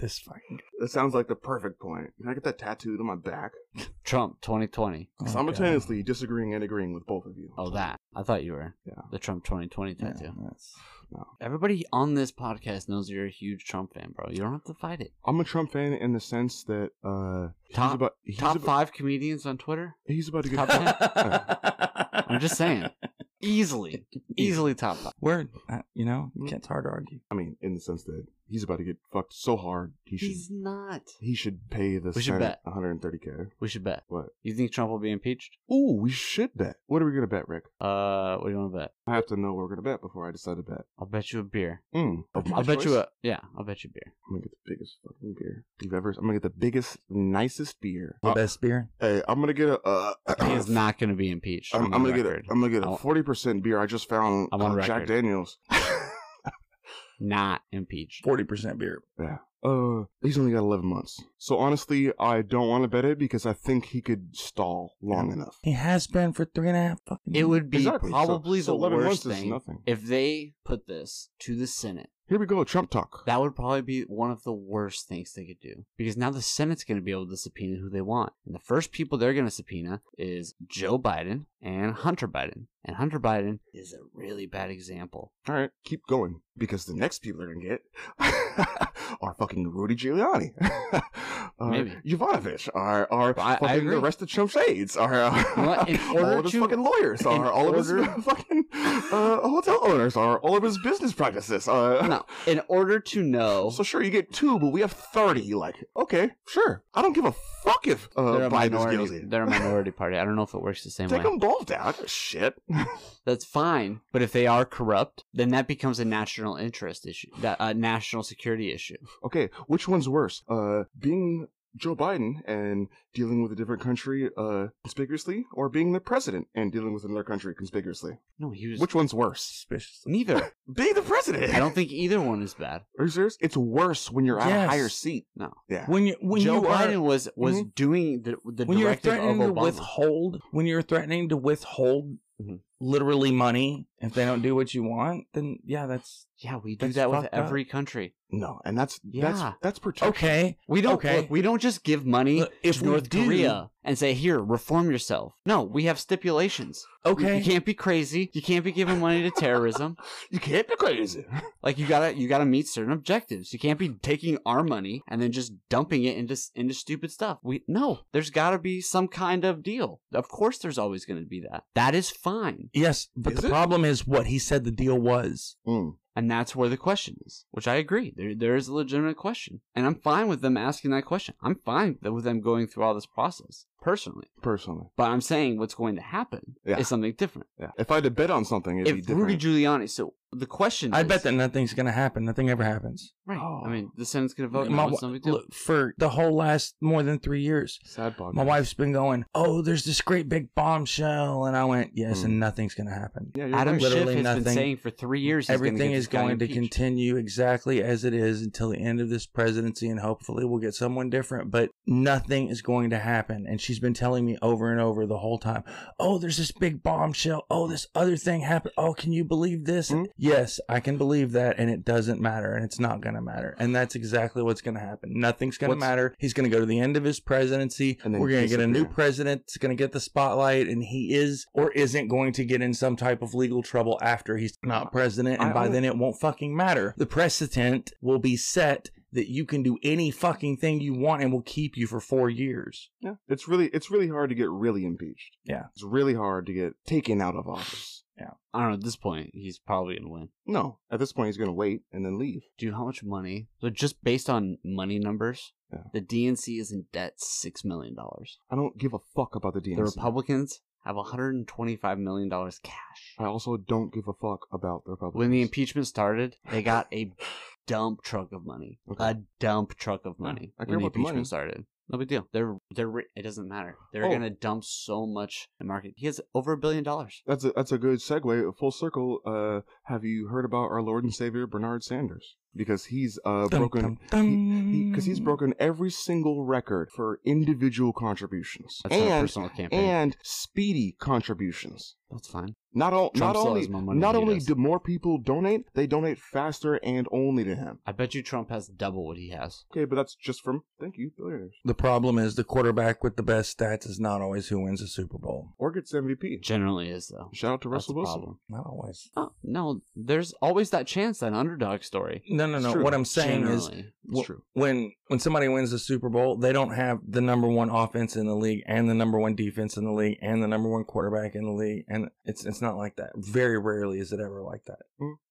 Speaker 1: This fucking
Speaker 3: that sounds like the perfect point. Can I get that tattooed on my back?
Speaker 2: Trump 2020.
Speaker 1: Oh,
Speaker 3: Simultaneously disagreeing and agreeing with both of you.
Speaker 2: Oh, that. I thought you were
Speaker 3: Yeah.
Speaker 2: the Trump 2020
Speaker 1: God.
Speaker 2: tattoo.
Speaker 1: Yeah, that's-
Speaker 2: Everybody on this podcast knows you're a huge Trump fan, bro. You don't have to fight it.
Speaker 3: I'm a Trump fan in the sense that uh, he's
Speaker 2: Top-
Speaker 3: about he's
Speaker 2: Top
Speaker 3: about,
Speaker 2: five comedians on Twitter?
Speaker 3: He's about to get
Speaker 2: Top
Speaker 3: [LAUGHS]
Speaker 1: [LAUGHS]
Speaker 2: ten? [LAUGHS] I'm just saying. Easily. Easily top five.
Speaker 1: Word. I- you know,
Speaker 2: Mm-hmm.
Speaker 3: Mm.
Speaker 1: it's hard to argue.
Speaker 3: I mean, in the sense that he's about to get fucked so hard, he should
Speaker 2: He's not.
Speaker 3: he should pay the
Speaker 2: We should
Speaker 3: Senate
Speaker 2: bet.
Speaker 3: 130k.
Speaker 2: We should bet.
Speaker 3: What?
Speaker 2: You think Trump will be impeached?
Speaker 3: Ooh, we should bet. What are we gonna bet, Rick?
Speaker 2: Uh, what do you want to bet?
Speaker 3: I have to know what we're gonna bet before I decide to bet.
Speaker 2: I'll bet you a beer.
Speaker 3: Mm.
Speaker 2: I'll bet you a yeah. I'll bet you beer.
Speaker 3: I'm gonna get the biggest fucking beer you've ever. I'm gonna get the biggest, nicest beer.
Speaker 1: The
Speaker 3: Uh,
Speaker 1: best beer.
Speaker 3: hey, I'm gonna get a. Uh,
Speaker 2: He
Speaker 3: [SIGHS]
Speaker 2: is not going to be impeached.
Speaker 3: I'm,
Speaker 2: on
Speaker 3: I'm
Speaker 2: the
Speaker 3: gonna get
Speaker 2: record.
Speaker 3: a. I'm gonna get a
Speaker 2: I'll-
Speaker 3: 40 percent beer I just found.
Speaker 2: I'm on
Speaker 3: called Jack
Speaker 2: record. [LAUGHS]
Speaker 3: Daniels.
Speaker 2: not impeached.
Speaker 1: 40% beer.
Speaker 3: Yeah. Uh, he's only got 11 months. So honestly, I don't want to bet it because I think he could stall long
Speaker 1: Yeah.
Speaker 3: enough.
Speaker 1: He has been for three and a half fucking
Speaker 2: It would be
Speaker 3: Exactly. So-
Speaker 2: probably
Speaker 3: so
Speaker 2: the
Speaker 3: 11
Speaker 2: worst
Speaker 3: months is
Speaker 2: thing
Speaker 3: nothing.
Speaker 2: if they put this to the Senate.
Speaker 3: Here we go, Trump talk.
Speaker 2: That would probably be one of the worst things they could do because now the Senate's going to be able to subpoena who they want. And the first people they're going to subpoena is Joe Biden and Hunter Biden. And Hunter Biden is a really bad example.
Speaker 3: All right, keep going because the next people they're gonna get [LAUGHS] are fucking Rudy Giuliani, [LAUGHS] or
Speaker 2: Maybe.
Speaker 3: Yovanovitch, are are
Speaker 2: I- I
Speaker 3: fucking
Speaker 2: agree.
Speaker 3: the rest of Trump's aides, are
Speaker 2: What,
Speaker 3: uh,
Speaker 2: in
Speaker 3: [LAUGHS] all
Speaker 2: order
Speaker 3: of his
Speaker 2: to-
Speaker 3: fucking lawyers,
Speaker 2: in
Speaker 3: are all of his
Speaker 2: order-
Speaker 3: [LAUGHS] fucking uh, hotel owners, are all of his business practices. Uh, [LAUGHS]
Speaker 2: Now, in order to know
Speaker 3: So sure, you get two, but we have thirty. Like, okay, sure. I don't give a fuck if
Speaker 2: they're,
Speaker 3: uh,
Speaker 2: a
Speaker 3: Biden's
Speaker 2: minority,
Speaker 3: guilty. [LAUGHS]
Speaker 2: they're a minority party, I don't know if it works the same
Speaker 3: Take
Speaker 2: way.
Speaker 3: them both down. I don't give a Shit.
Speaker 2: that's fine. But if they are corrupt, then that becomes a national interest issue, that a national security issue. [LAUGHS]
Speaker 3: okay, which one's worse? Uh, being Joe Biden and dealing with a different country uh, conspicuously, or being the president and dealing with another country conspicuously?
Speaker 2: No, he was
Speaker 3: Which one's worse?
Speaker 1: suspicious.
Speaker 2: [LAUGHS] neither.
Speaker 3: Being the president.
Speaker 2: I don't think either one is bad.
Speaker 3: Are you serious? It's worse when you're at a
Speaker 1: Yes.
Speaker 3: higher seat.
Speaker 2: No.
Speaker 3: Yeah.
Speaker 1: [SIGHS] When you when
Speaker 2: Joe
Speaker 1: you
Speaker 2: Biden
Speaker 1: are Mm-hmm.
Speaker 2: was was doing the the
Speaker 1: when you're
Speaker 2: directive of
Speaker 1: threatening to
Speaker 2: Obama.
Speaker 1: withhold when you're threatening to withhold
Speaker 2: Mhm.
Speaker 1: literally money if they don't do what you want, then yeah, that's
Speaker 2: yeah, we do
Speaker 1: That's
Speaker 2: that with
Speaker 1: fucked up.
Speaker 2: every country.
Speaker 3: No, and that's
Speaker 2: Yeah.
Speaker 3: that's that's protection.
Speaker 1: okay.
Speaker 2: We don't
Speaker 1: Okay.
Speaker 2: look, we don't just give money
Speaker 1: Look, if
Speaker 2: to
Speaker 1: we
Speaker 2: North
Speaker 1: do-
Speaker 2: Korea and say here reform yourself. No, we have stipulations. you
Speaker 1: Okay.
Speaker 2: can't be crazy. You can't be giving money to terrorism.
Speaker 3: You can't be crazy. [LAUGHS]
Speaker 2: Like you gotta you gotta meet certain objectives. You can't be taking our money and then just dumping it into into stupid stuff. We no, there's gotta be some kind of deal. Of course, there's always gonna be that. That is fine,
Speaker 1: Yes, but
Speaker 3: Is
Speaker 1: the
Speaker 3: it?
Speaker 1: problem is what he said the deal was.
Speaker 3: Mm.
Speaker 2: and that's where the question is. Which I agree. There there is a legitimate question, and I'm fine with them asking that question. I'm fine th- with them going through all this process personally.
Speaker 3: Personally,
Speaker 2: But I'm saying what's going to happen
Speaker 3: Yeah.
Speaker 2: is something different.
Speaker 3: yeah. If I had to bet on something, it'd be
Speaker 2: If
Speaker 3: different.
Speaker 2: Rudy Giuliani, so the question
Speaker 1: I
Speaker 2: is,
Speaker 1: bet that nothing's gonna happen. Nothing ever happens.
Speaker 2: Right.
Speaker 3: Oh.
Speaker 2: I mean, the Senate's going to vote.
Speaker 1: My
Speaker 2: now.
Speaker 1: wa-
Speaker 2: It's no big deal.
Speaker 1: look, for the whole last more than three years,
Speaker 3: Sad podcast.
Speaker 1: my wife's been going, "Oh, there's this great big bombshell," and I went, "Yes," and nothing's gonna happen.
Speaker 3: Yeah, you're
Speaker 2: Adam
Speaker 3: right.
Speaker 2: Schiff
Speaker 1: Literally
Speaker 2: has been
Speaker 1: nothing.
Speaker 2: saying for three years he's gonna
Speaker 1: Mm-hmm. Everything
Speaker 2: get
Speaker 1: is
Speaker 2: this guy
Speaker 1: going to
Speaker 2: impeached.
Speaker 1: continue exactly as it is until the end of this presidency, and hopefully we'll get someone different. But nothing is going to happen. And she's been telling me over and over the whole time, Oh, there's this big bombshell. Oh, this other thing happened. Oh, can you believe this?
Speaker 2: Mm-hmm.
Speaker 3: Mhm.
Speaker 1: Yes, I can believe that. And it doesn't matter. And it's not going to matter. And that's exactly what's going to happen. Nothing's going to
Speaker 3: What's-
Speaker 1: matter. He's going to go to the end of his presidency.
Speaker 3: And then
Speaker 1: We're going to get a new
Speaker 3: disappear.
Speaker 1: president that's going to get the spotlight. And he is or isn't going to get in some type of legal trouble after he's not president. And
Speaker 3: I-
Speaker 1: by
Speaker 3: I-
Speaker 1: then, it won't fucking matter. The precedent will be set that you can do any fucking thing you want and will keep you for four years.
Speaker 3: Yeah, it's really it's really hard to get really impeached.
Speaker 1: Yeah.
Speaker 3: it's really hard to get taken out of office.
Speaker 2: I don't know. At this point, he's probably going to win.
Speaker 3: No, at this point he's going to wait and then leave.
Speaker 2: Dude, how much money? So just based on money numbers,
Speaker 3: Yeah.
Speaker 2: the DNC is in debt six million dollars.
Speaker 3: I don't give a fuck about the DNC.
Speaker 2: The Republicans have 125 million dollars cash.
Speaker 3: I also don't give a fuck about the Republicans.
Speaker 2: When the impeachment started, they got a
Speaker 3: [LAUGHS]
Speaker 2: dump truck of money.
Speaker 3: Okay.
Speaker 2: A dump truck of
Speaker 3: Yeah,
Speaker 2: money.
Speaker 3: I care
Speaker 2: when the
Speaker 3: about the money.
Speaker 2: impeachment started. No big deal. They're they're ri- it doesn't matter. They're
Speaker 3: Oh.
Speaker 2: gonna dump so much in market. He has over a billion dollars.
Speaker 3: that's a that's a good segue, a full circle. Uh, have you heard about our Lord and Savior Bernard Sanders? because he's uh,
Speaker 1: Dun,
Speaker 3: broken
Speaker 1: dun, dun.
Speaker 3: because he's broken every single record for individual contributions
Speaker 2: That's not a
Speaker 3: and
Speaker 2: personal campaign.
Speaker 3: and speedy contributions.
Speaker 2: That's fine.
Speaker 3: Not, all,
Speaker 2: Trump
Speaker 3: not
Speaker 2: still
Speaker 3: only
Speaker 2: has more money
Speaker 3: not
Speaker 2: than he
Speaker 3: only
Speaker 2: does.
Speaker 3: do more people donate, they donate faster and only to him.
Speaker 2: I bet you Trump has double what he has.
Speaker 3: Okay, but that's just from thank you billionaires
Speaker 1: The problem is the quarterback with the best stats is not always who wins the Super Bowl.
Speaker 3: or gets MVP.
Speaker 2: Generally is though.
Speaker 3: Shout out to
Speaker 2: That's the
Speaker 3: Russell Wilson.
Speaker 2: problem.
Speaker 1: Not always.
Speaker 2: Oh, no, there's always that chance that underdog story.
Speaker 1: No, no,
Speaker 3: It's
Speaker 1: no.
Speaker 3: true.
Speaker 1: What I'm saying is
Speaker 2: Generally.
Speaker 3: It's
Speaker 1: Well,
Speaker 3: true.
Speaker 1: when when somebody wins the Super Bowl, they don't have the number one offense in the league and the number one defense in the league and the number one quarterback in the league, and it's it's not like that. Very rarely is it ever like that.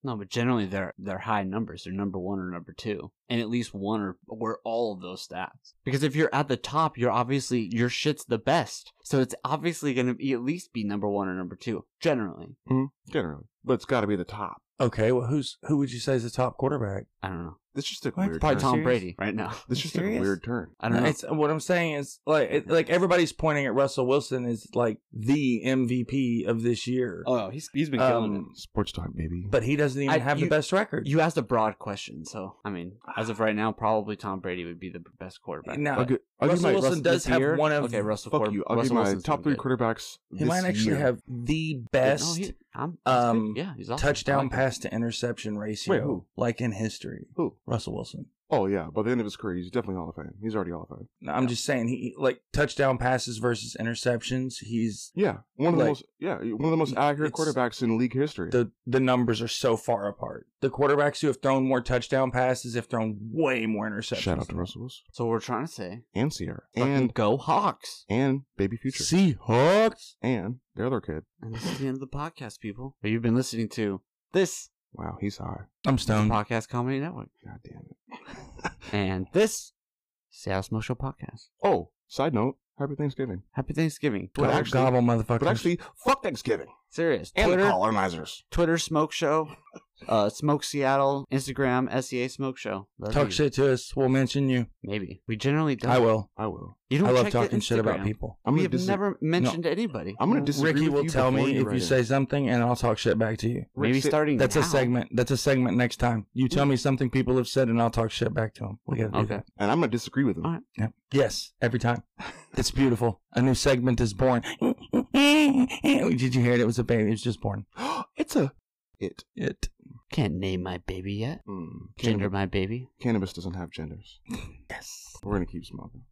Speaker 2: no, but generally they're they're high numbers. They're number one or number two, and at least one or or all of those stats. Because if you're at the top, you're obviously your shit's the best. So it's obviously going to be at least be number one or number two. Generally,
Speaker 3: Generally, but it's got to be the top.
Speaker 1: Okay, well, who's who would you say is the top quarterback?
Speaker 2: I don't know.
Speaker 3: This just took a
Speaker 1: What?
Speaker 3: weird.
Speaker 2: Probably
Speaker 3: turn.
Speaker 2: Tom
Speaker 1: Serious?
Speaker 2: Brady right now.
Speaker 3: This
Speaker 1: You
Speaker 3: just took a
Speaker 1: serious?
Speaker 3: weird turn.
Speaker 2: I don't know.
Speaker 1: It's what I'm saying is like it, like everybody's pointing at Russell Wilson is like the MVP of this year,
Speaker 2: oh, he's he's been killing
Speaker 1: um,
Speaker 3: Sports talk, baby.
Speaker 1: but he doesn't even
Speaker 2: I-
Speaker 1: have
Speaker 2: you-
Speaker 1: the best record.
Speaker 2: it. You asked a broad question, so I mean, as of right now, probably Tom Brady would be the best quarterback.
Speaker 1: Now,
Speaker 3: I'll gi-
Speaker 1: uh,
Speaker 3: I'll give
Speaker 1: Russell
Speaker 3: my-
Speaker 1: Wilson
Speaker 2: Russ-
Speaker 1: does
Speaker 2: this
Speaker 1: have
Speaker 2: year-
Speaker 1: one of.
Speaker 2: okay, Russell.
Speaker 3: Fuck
Speaker 2: Corb-
Speaker 3: you. I'll
Speaker 2: Russell
Speaker 3: give my
Speaker 2: Wilson's
Speaker 3: top
Speaker 2: been
Speaker 3: three
Speaker 2: good.
Speaker 3: quarterbacks.
Speaker 1: he
Speaker 3: this
Speaker 1: might actually
Speaker 3: year.
Speaker 1: have the
Speaker 2: But no,
Speaker 1: best.
Speaker 2: oh, he- I'm- he's
Speaker 1: um,
Speaker 2: good. yeah, he's awesome. I
Speaker 1: touchdown
Speaker 2: like him.
Speaker 1: pass to interception ratio
Speaker 3: Wait, who?
Speaker 1: like in history.
Speaker 3: Who?
Speaker 1: Russell Wilson.
Speaker 3: Oh yeah, by the end of his career, he's definitely Hall of Fame. He's already Hall of Fame.
Speaker 1: No, I'm just saying he like touchdown passes versus interceptions. He's
Speaker 3: Yeah, one of the
Speaker 1: Like,
Speaker 3: most. Yeah, one of the most
Speaker 1: it-
Speaker 3: accurate
Speaker 1: it's-
Speaker 3: quarterbacks in league history.
Speaker 1: the the numbers are so far apart. The quarterbacks who have thrown more touchdown passes have thrown way more interceptions.
Speaker 3: Shout out to Russell Wilson
Speaker 2: So we're trying to say,
Speaker 3: and Sierra
Speaker 2: and
Speaker 3: and
Speaker 2: go Hawks.
Speaker 3: and Baby Future
Speaker 1: Seahawks.
Speaker 3: and the other kid.
Speaker 2: And this is the end of the podcast, people. But you've been listening to this
Speaker 3: Wow, he's high.
Speaker 1: I'm
Speaker 2: the
Speaker 1: stoned.
Speaker 2: podcast comedy network,
Speaker 3: God damn it. [LAUGHS]
Speaker 2: and this Seattle Smoke Show podcast.
Speaker 3: Oh, side note. Happy Thanksgiving.
Speaker 2: Happy Thanksgiving.
Speaker 3: But
Speaker 1: Gobble,
Speaker 3: actually-
Speaker 1: gobble, motherfuckers.
Speaker 3: But actually, fuck Thanksgiving
Speaker 2: Serious
Speaker 3: and the
Speaker 2: Twitter,
Speaker 3: colonizers.
Speaker 2: Twitter Smoke Show, uh, Smoke Seattle, Instagram SEA Smoke Show. Love
Speaker 1: talk
Speaker 2: you.
Speaker 1: shit to us. We'll mention you.
Speaker 2: Maybe we generally don't.
Speaker 1: I will.
Speaker 3: I will.
Speaker 2: You don't
Speaker 1: I love
Speaker 2: check the
Speaker 1: talking shit about
Speaker 2: Instagram.
Speaker 1: people.
Speaker 3: I'm
Speaker 2: we
Speaker 3: gonna
Speaker 2: have
Speaker 3: dis-
Speaker 2: never mentioned anybody.
Speaker 3: I'm gonna disagree
Speaker 1: Ricky
Speaker 3: with
Speaker 1: will
Speaker 3: you
Speaker 1: tell
Speaker 3: before
Speaker 1: me
Speaker 3: you
Speaker 1: if
Speaker 3: write
Speaker 1: you
Speaker 3: in.
Speaker 1: say something, and I'll talk shit back to you.
Speaker 2: Maybe
Speaker 3: Rick, sit-
Speaker 2: starting.
Speaker 1: That's a
Speaker 2: now.
Speaker 1: segment. That's a segment next time. You tell me something people have said, and I'll talk shit back to them. We gotta do
Speaker 2: Okay.
Speaker 1: that.
Speaker 3: and I'm gonna disagree with him.
Speaker 2: All right.
Speaker 1: Yeah. Yes, every [LAUGHS] time. It's beautiful. A new segment is born. [LAUGHS] Did you hear it? It was a baby. It was just born.
Speaker 3: [GASPS] it's a it.
Speaker 1: It.
Speaker 2: Can't name my baby yet.
Speaker 3: Mm.
Speaker 2: Gender
Speaker 3: Cannabis,
Speaker 2: my baby.
Speaker 3: cannabis doesn't have genders.
Speaker 1: Yes.
Speaker 3: We're gonna keep smoking.